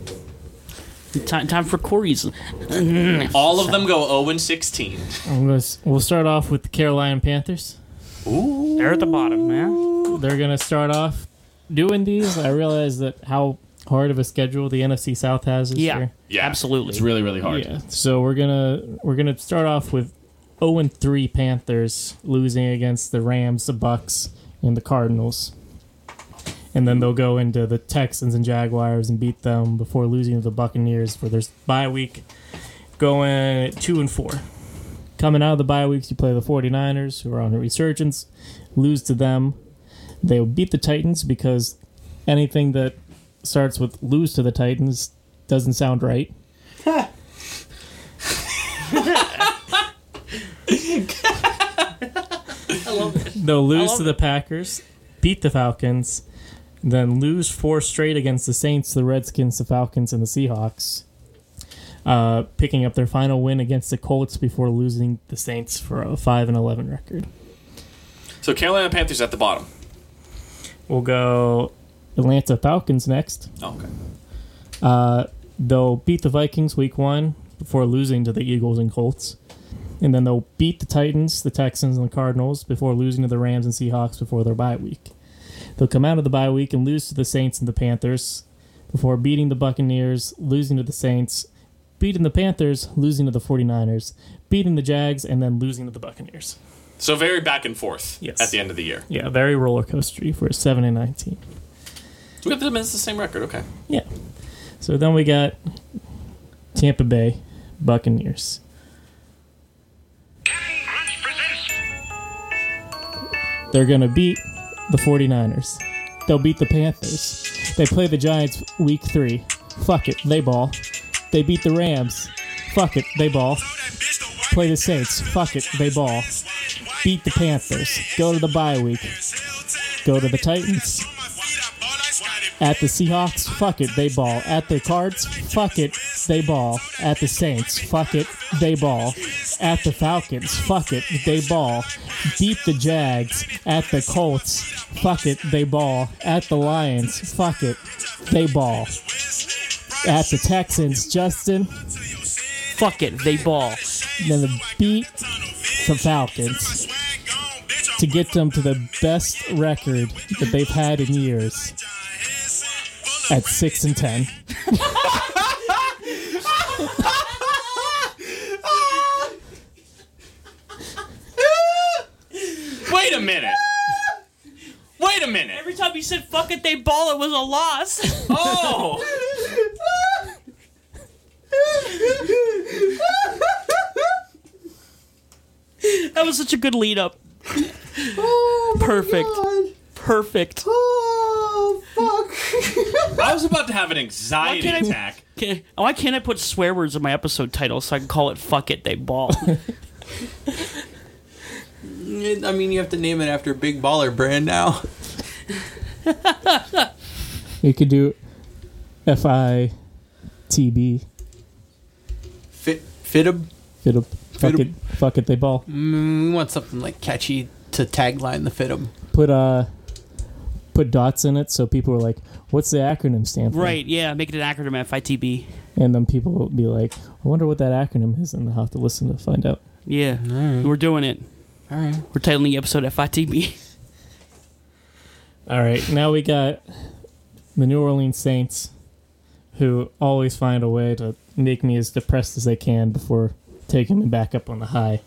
S2: Time time for Corey's.
S4: All of them go 0 and 16.
S1: I'm gonna, s- we'll start off with the Carolina Panthers.
S2: They're at the bottom, man.
S1: They're going to start off doing these. I realize that how hard of a schedule the NFC South has this
S2: Yeah.
S1: year.
S4: Yeah.
S2: Absolutely.
S5: it's really really hard.
S1: Yeah. So we're gonna we're gonna start off with 0 and 3 Panthers losing against the Rams, the Bucks, and the Cardinals. And then they'll go into the Texans and Jaguars and beat them before losing to the Buccaneers for their bye week. Going at two and four. Coming out of the bye weeks, you play the 49ers, who are on a resurgence, lose to them. They'll beat the Titans because anything that starts with lose to the Titans doesn't sound right. They'll lose to the Packers, beat the Falcons, then lose four straight against the Saints, the Redskins, the Falcons, and the Seahawks. Uh, picking up their final win against the Colts before losing the Saints for a five and eleven record.
S4: So Carolina Panthers at the bottom.
S1: We'll go Atlanta Falcons next.
S4: Oh, okay.
S1: Uh, they'll beat the Vikings week one before losing to the Eagles and Colts. And then they'll beat the Titans, the Texans, and the Cardinals before losing to the Rams and Seahawks before their bye week. They'll come out of the bye week and lose to the Saints and the Panthers before beating the Buccaneers, losing to the Saints, beating the Panthers, losing to the 49ers, beating the Jags, and then losing to the Buccaneers.
S4: So very back and forth
S1: Yes.
S4: at the end of the year.
S1: Yeah, very roller coastery for a 7 and 19.
S4: So we have them as the same record. Okay.
S1: Yeah. So then we got Tampa Bay Buccaneers. They're going to beat the 49ers. They'll beat the Panthers. They play the Giants week three. Fuck it, they ball. They beat the Rams. Fuck it, they ball. Play the Saints. Fuck it, they ball. Beat the Panthers. Go to the bye week. Go to the Titans. At the Seahawks, fuck it, they ball. At the Cards, fuck it, they ball. At the Saints, fuck it, they ball. At the Falcons, fuck it, they ball. Beat the Jags. At the Colts, fuck it, they ball. At the Lions, fuck it, they ball. At the Texans, Justin,
S2: Fuck it, they ball.
S1: then the beat the Falcons to get them to the best record that they've had in years at 6 and 10.
S5: Wait a minute. Wait a minute.
S2: Every time you said fuck it, they ball, it was a loss.
S5: Oh.
S2: that was such a good lead up.
S5: Oh,
S2: Perfect. Perfect.
S3: Oh,
S5: I was about to have an anxiety
S2: Why can't I-
S5: attack.
S2: Can- oh, Why can't I put swear words in my episode title so I can call it fuck it, they ball?
S3: It- I mean, you have to name it after Big Baller Brand now.
S1: You could do F I T B.
S3: Fit, fit 'em.
S1: It'll fuck
S3: Fit
S1: it,
S3: 'em.
S1: fuck it, they ball.
S3: Mm, we want something like catchy to tagline the fit 'em.
S1: Put uh, put dots in it so people were like, "What's the acronym stand for?"
S2: right, yeah, make it an acronym FITB.
S1: And then people will be like, "I wonder what that acronym is," and they'll have to listen to find out.
S2: Yeah, we're doing it.
S3: All right.
S2: We're titling the episode FITB.
S1: All right, now we got the New Orleans Saints, who always find a way to make me as depressed as they can before taking me back up on the high.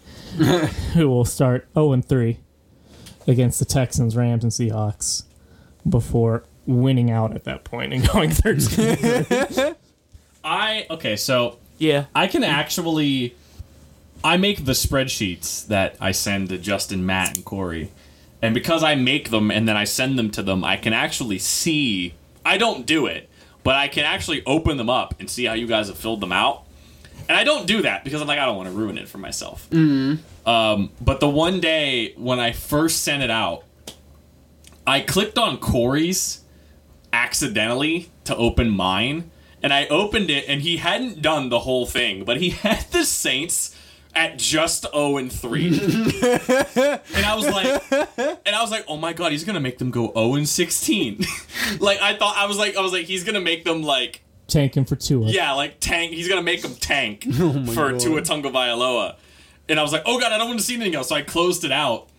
S1: who will start 0 and 3 against the Texans, Rams, and Seahawks before winning out at that point and going 13.
S4: I okay, so
S2: Yeah.
S4: I can actually I make the spreadsheets that I send to Justin, Matt, and Corey. And because I make them and then I send them to them, I can actually see I don't do it, but I can actually open them up and see how you guys have filled them out. And I don't do that because I'm like, I don't want to ruin it for myself. Um, but the one day when I first sent it out, I clicked on Corey's accidentally to open mine, and I opened it, and he hadn't done the whole thing, but he had the Saints at just 0 and 3. and I was like and I was like, "Oh my god, he's going to make them go 0 and 16." like I thought I was like I was like he's going to make them like
S1: Tanking for two.
S4: yeah, like tank. He's gonna make him tank for Tua Tonga Vailoa. And I was like, oh god, I don't want to see anything else. So I closed it out.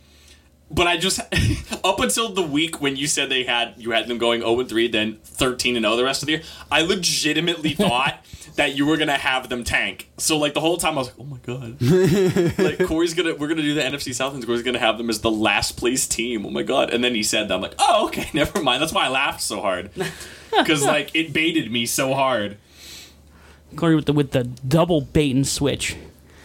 S4: But I just up until the week when you said they had you had them going 0 and 3, then 13 and 0 the rest of the year. I legitimately thought that you were gonna have them tank. So like the whole time I was like, oh my god, like Corey's gonna we're gonna do the NFC South and Corey's gonna have them as the last place team. Oh my god! And then he said that I'm like, oh okay, never mind. That's why I laughed so hard because like it baited me so hard.
S2: Corey with the, with the double bait and switch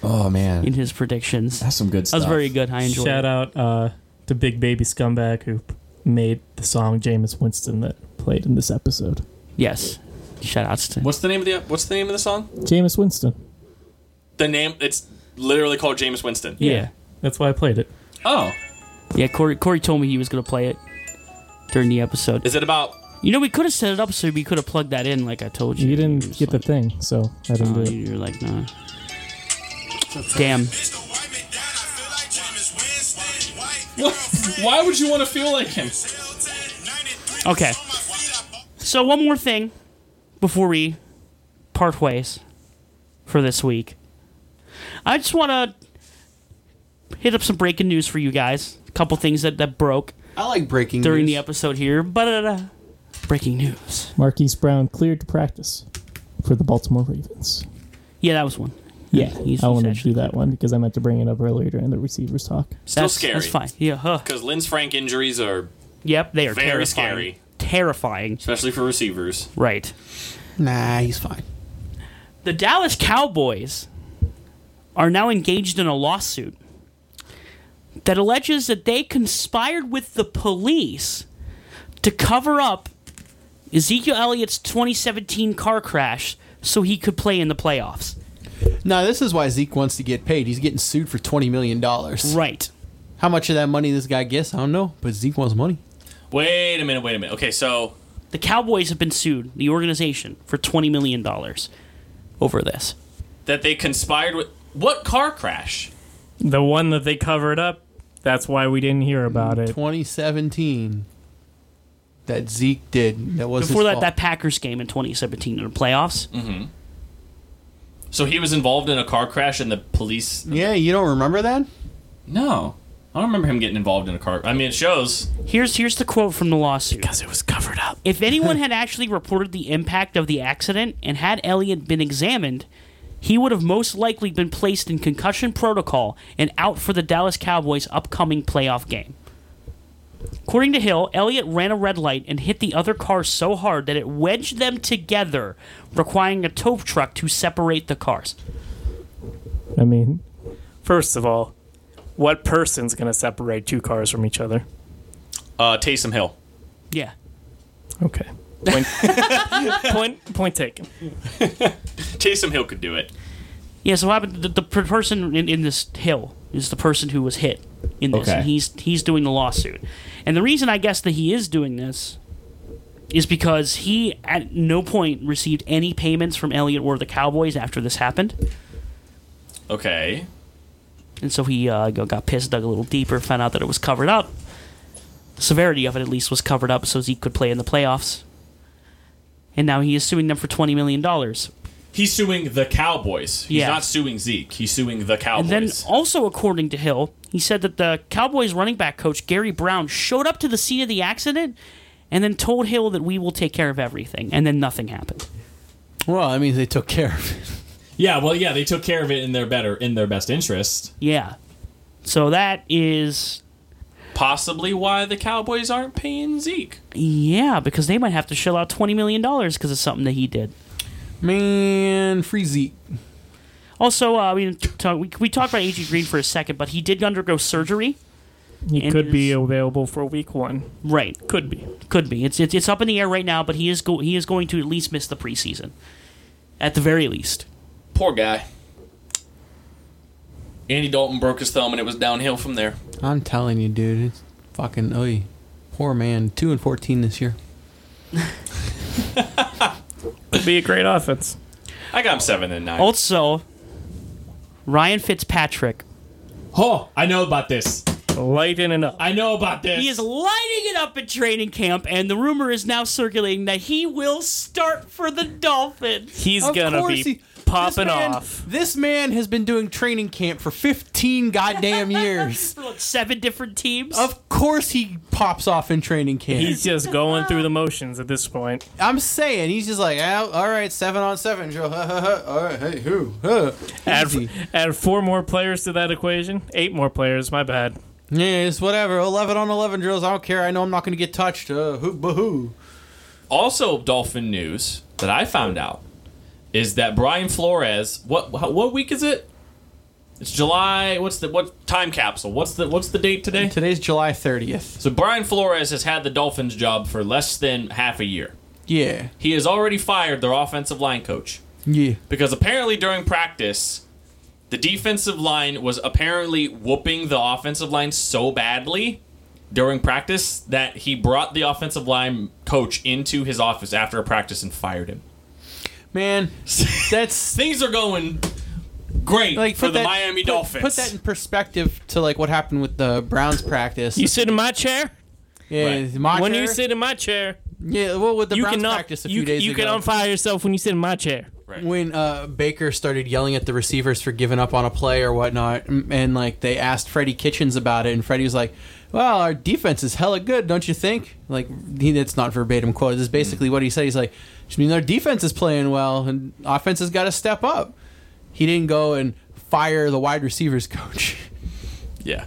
S5: Oh man.
S2: in his predictions. That
S5: That's some good stuff.
S2: was very good. I enjoyed
S1: Shout
S2: it.
S1: out uh, to Big Baby Scumbag who p- made the song Jameis Winston that played in this episode.
S2: Yes. Shout outs to.
S5: What's the name of the What's the name of the song?
S1: Jameis Winston.
S5: The name it's literally called James Winston.
S2: Yeah.
S1: That's why I played it.
S5: Oh,
S2: Yeah, Corey, Corey told me he was going to play it during the episode.
S5: is it about?
S2: You know, we could have set it up so we could have plugged that in, like I told you.
S1: You
S2: It
S1: didn't
S2: was
S1: get the
S2: like,
S1: thing, so I didn't
S2: "Oh,
S1: do it.
S2: You're like, nah. Damn.
S4: Why would you want to feel like him?
S2: Okay. So one more thing before we part ways for this week. I just want to hit up some breaking news for you guys. A couple things that, that broke
S3: I like breaking
S2: during
S3: news.
S2: the episode here. But breaking news.
S1: Marquise Brown cleared to practice for the Baltimore Ravens.
S2: Yeah, that was one.
S1: Yeah,
S2: he's-
S1: I
S2: he's
S1: wanted to
S2: actually
S1: do that one because I meant to bring it up earlier during the receivers talk.
S5: Still
S2: that's,
S5: scary.
S2: That's fine. Yeah. Huh.
S5: Because Lynn's Frank injuries are
S2: Yep. They are
S5: Very
S2: terrifying.
S5: scary.
S2: Terrifying.
S5: especially for receivers.
S2: Right.
S3: Nah, he's fine.
S2: The Dallas Cowboys are now engaged in a lawsuit that alleges that they conspired with the police to cover up Ezekiel Elliott's 2017 car crash so he could play in the playoffs.
S3: Now this is why Zeke wants to get paid. He's getting sued for twenty million dollars.
S2: Right.
S3: How much of that money this guy gets, I don't know, but Zeke wants money.
S4: Wait a minute, wait a minute. Okay, so
S2: The Cowboys have been sued, the organization, for $20 million over this.
S4: that they conspired with what car crash?
S1: The one that they covered up. That's why we didn't hear about it.
S3: 2017 that Zeke did. That was
S2: Before
S3: his
S2: that,
S3: fault.
S2: that Packers game in 2017 in the playoffs.
S4: So he was involved in a car crash and the police
S3: Yeah, you don't remember that?
S4: No. I don't remember him getting involved in a car. I mean, it shows.
S2: Here's, here's the quote from the lawsuit.
S4: Because it was covered up.
S2: If anyone had actually reported the impact of the accident and had Elliott been examined, he would have most likely been placed in concussion protocol and out for the Dallas Cowboys' upcoming playoff game. According to Hill, Elliott ran a red light and hit the other car so hard that it wedged them together, requiring a tow truck to separate the cars.
S1: I mean, first of all, what person's going to separate two cars from each other?
S4: Uh, Taysom Hill.
S2: Yeah.
S1: Okay. Point, point, point taken.
S4: Taysom Hill could do it.
S2: Yeah, so what happened? The, the per- person in, in this hill is the person who was hit in this,
S5: Okay.
S2: and he's he's doing the lawsuit. And the reason I guess that he is doing this is because he at no point received any payments from Elliott or the Cowboys after this happened,
S4: Okay.
S2: and so he uh, go- got pissed, dug a little deeper, found out that it was covered up. The severity of it, at least, was covered up, so Zeke could play in the playoffs. And now he is suing them for twenty million dollars.
S4: He's suing the Cowboys. He's
S2: Yeah.
S4: not suing Zeke. He's suing the
S2: And
S4: Cowboys.
S2: then, also according to Hill, he said that the Cowboys running back coach Gary Brown showed up to the scene of the accident and then told Hill that we will take care of everything, and then nothing happened.
S3: Well, that means they took care of it.
S5: Yeah, well, yeah, they took care of it in their better, in their best interest.
S2: Yeah. So that is
S4: Possibly why the Cowboys aren't paying Zeke.
S2: yeah, because they might have to shell out twenty million dollars because of something that he did.
S3: Man, free Zeke.
S2: Also, uh, we didn't talk, we, we talked about AJ Green for a second, but he did undergo surgery.
S1: He
S2: And
S1: could be
S2: it's-
S1: available for week one.
S2: Right,
S1: Could be.
S2: could be. It's it's, it's up in the air right now, but he is go- he is going to at least miss the preseason, at the very least.
S4: Poor guy. Andy Dalton broke his thumb and it was downhill from there.
S3: I'm telling you, dude, it's fucking oy. Poor man, two and fourteen this year.
S1: Could be a great offense.
S4: I got him seven and nine.
S2: Also, Ryan Fitzpatrick.
S5: Oh, I know about this.
S1: Lighten it up.
S5: I know about this.
S2: He is lighting it up at training camp, and the rumor is now circulating that he will start for the Dolphins.
S1: He's
S3: Of
S1: gonna be
S3: course he-
S1: popping
S3: this man-
S1: off.
S3: This man has been doing training camp for 15 goddamn years.
S2: For like seven different teams.
S3: of course he pops off in training camp.
S1: He's just going through the motions at this point.
S3: I'm saying he's just like, "Oh, all right, seven on seven, Joe. Ha, ha, ha. All right, hey, who? Huh.
S1: Add,
S3: Easy.
S1: add four more players to that equation. Eight more players. My bad.
S3: Yeah, it's whatever. Eleven on eleven drills. I don't care. I know I'm not going to get touched. Uh, hoo, boo-hoo.
S4: also dolphin news that I found out is that Brian Flores what wh- what week is it? It's July. What's the what time capsule? What's the what's the date today?
S3: Today's July 30th.
S4: So Brian Flores has had the Dolphins job for less than half a year.
S3: Yeah,
S4: He has already fired their offensive line coach
S3: yeah.
S4: because apparently during practice the defensive line was apparently whooping the offensive line so badly during practice that he brought the offensive line coach into his office after a practice and fired him.
S3: Man, that's
S4: things are going great
S3: like put
S4: for the
S3: that-
S4: Miami
S3: put-
S4: Dolphins.
S3: Put that in perspective to like what happened with the Browns practice.
S1: You sit in my chair.
S3: yeah,
S4: Right.
S3: mock
S1: When
S3: her.
S1: you sit in my chair,
S3: yeah, well, with the
S1: you
S3: Browns
S1: cannot.
S3: practice a few
S1: you
S3: days
S1: you
S3: ago.
S1: can unfire yourself when you sit in my chair.
S3: when uh, Baker started yelling at the receivers for giving up on a play or whatnot, m- and like they asked Freddie Kitchens about it, and Freddie was like, "Well, our defense is hella good, don't you think?" Like he, that's not verbatim quote. This is basically what he said. He's like, "Just mean our defense is playing well, and offense has got to step up." He didn't go and fire the wide receivers coach.
S4: yeah.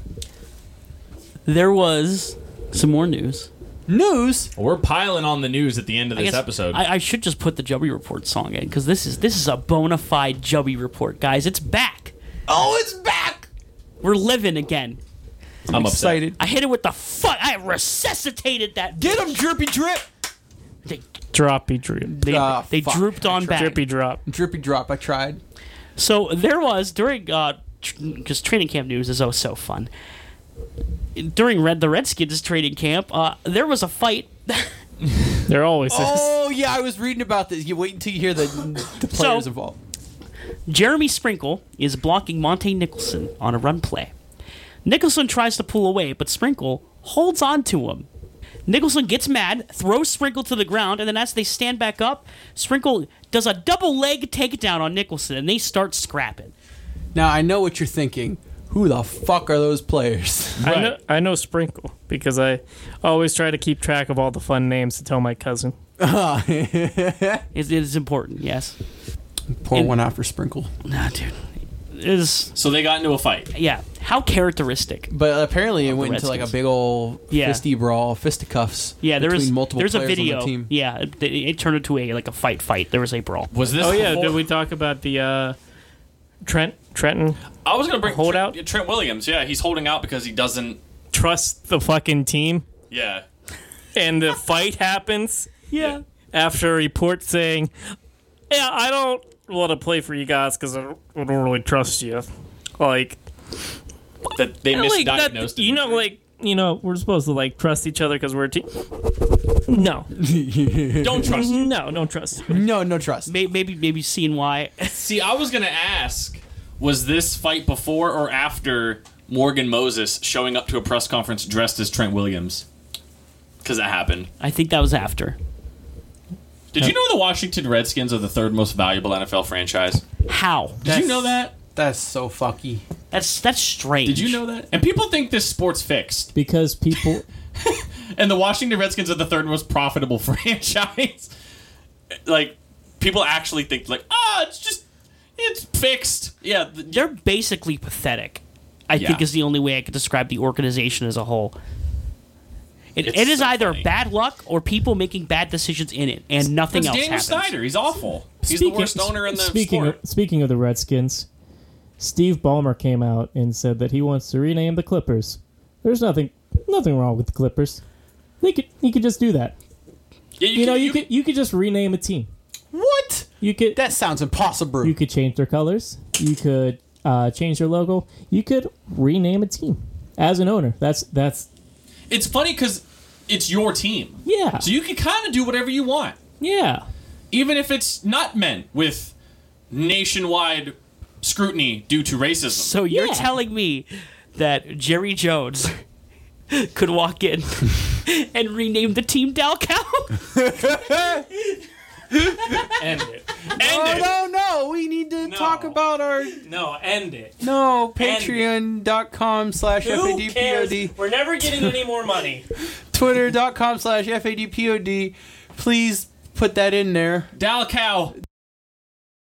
S2: There was some more news.
S3: News.
S4: We're piling on the news at the end of
S2: I
S4: this
S2: guess
S4: episode.
S2: I, I should just put the Jubby Report song in because this is this is a bona fide Jubby Report, guys. It's back.
S3: Oh, it's back.
S2: We're living again.
S4: I'm
S3: Excited.
S2: I hit it with the fuck. I resuscitated that.
S3: Get him, drippy drip.
S2: They
S1: Droppy droop.
S2: they,
S3: Ah,
S2: they
S3: fuck.
S2: drooped on back.
S1: Drippy drop.
S3: Drippy drop. I tried.
S2: uh, So there was during because tr- 'cause training camp news is always so fun. during Red the Redskins training camp, uh, there was a fight.
S1: There always is.
S3: Oh yeah, I was reading about this. You wait until you hear the the players involved.
S2: Jeremy Sprinkle is blocking Monte Nicholson on a run play. Nicholson tries to pull away, but Sprinkle holds on to him. Nicholson gets mad, throws Sprinkle to the ground, and then as they stand back up, Sprinkle does a double leg takedown on Nicholson, and they start scrapping.
S3: Now I know what you're thinking. Who the fuck are those players?
S5: Right.
S1: I know, I know Sprinkle because I always try to keep track of all the fun names to tell my cousin.
S2: It, it is important, yes.
S3: Pour one out for Sprinkle.
S2: Nah, dude. It is,
S4: So they got into a fight.
S2: yeah. How characteristic.
S3: But apparently it went into
S2: Redskins.
S3: like a big old
S2: Yeah.
S3: fisty brawl, fisticuffs.
S2: Yeah, there
S3: between
S2: is
S3: multiple
S2: there's a
S3: players
S2: video.
S3: on the team.
S2: Yeah, it, it turned into a like a fight fight. There was a brawl.
S4: Was this?
S1: Oh yeah,
S4: before-
S1: did we talk about the uh, Trent Trenton?
S4: I was gonna bring
S1: Hold
S4: Trent,
S1: out?
S4: yeah, Trent Williams. Yeah, he's holding out because he doesn't.
S1: Trust the fucking team,
S4: Yeah,
S1: and the fight happens
S2: Yeah.
S1: after a report saying, "Yeah, I don't want to play for you guys because I, don't- I don't really trust you." Like,
S4: that they misdiagnosed.
S1: like that-
S4: him.
S1: you know, like you know, we're supposed to like trust each other because we're a team. No,
S4: don't trust. him.
S1: no, don't trust. you.
S3: No, no trust.
S2: May- Maybe maybe seeing why.
S4: See, I was gonna ask, was this fight before or after Morgan Moses showing up to a press conference dressed as Trent Williams? Because that happened.
S2: I think that was after.
S4: Did you know the Washington Redskins are the third most valuable NFL franchise?
S2: How?
S4: Did you know that?
S3: That's so fucky.
S2: That's that's strange.
S4: Did you know that? And people think this sport's fixed.
S1: Because people,
S4: And the Washington Redskins are the third most profitable franchise. like, people actually think like, ah, it's just it's fixed. Yeah, th-
S2: They're basically pathetic. I
S4: Yeah.
S2: think is the only way I could describe the organization as a whole. It,
S4: It's
S2: it is
S4: so
S2: either
S4: funny.
S2: bad luck or people making bad decisions in it, and nothing
S4: it's
S2: else
S4: Daniel
S2: happens.
S4: Snyder. He's awful. He's the worst owner in the
S1: speaking
S4: sport.
S1: speaking of the Redskins, Steve Ballmer came out and said that he wants to rename the Clippers. There's nothing nothing wrong with the Clippers. They could you could just do that.
S4: yeah,
S1: You know, you could you could just rename a team.
S3: What?
S1: You could
S3: That sounds impossible.
S1: you could change their colors. You could uh, change their logo. You could rename a team as an owner. That's that's
S4: It's funny because it's your team,
S1: yeah
S4: so you can kind of do whatever you want,
S1: yeah.
S4: even if it's not meant with nationwide scrutiny due to racism.
S2: So you're
S1: Yeah.
S2: telling me that Jerry Jones could walk in and rename the team Dal Cow?
S6: End it.
S4: End it.
S3: Oh, no, no, we need to talk about our
S6: No, end it.
S3: no
S6: End it.
S3: patreon.com slash
S6: Who cares?
S3: FADPOD,
S6: We're never getting any more money.
S3: twitter.com slash FADPOD. Please put that in there.
S4: Dal Cow.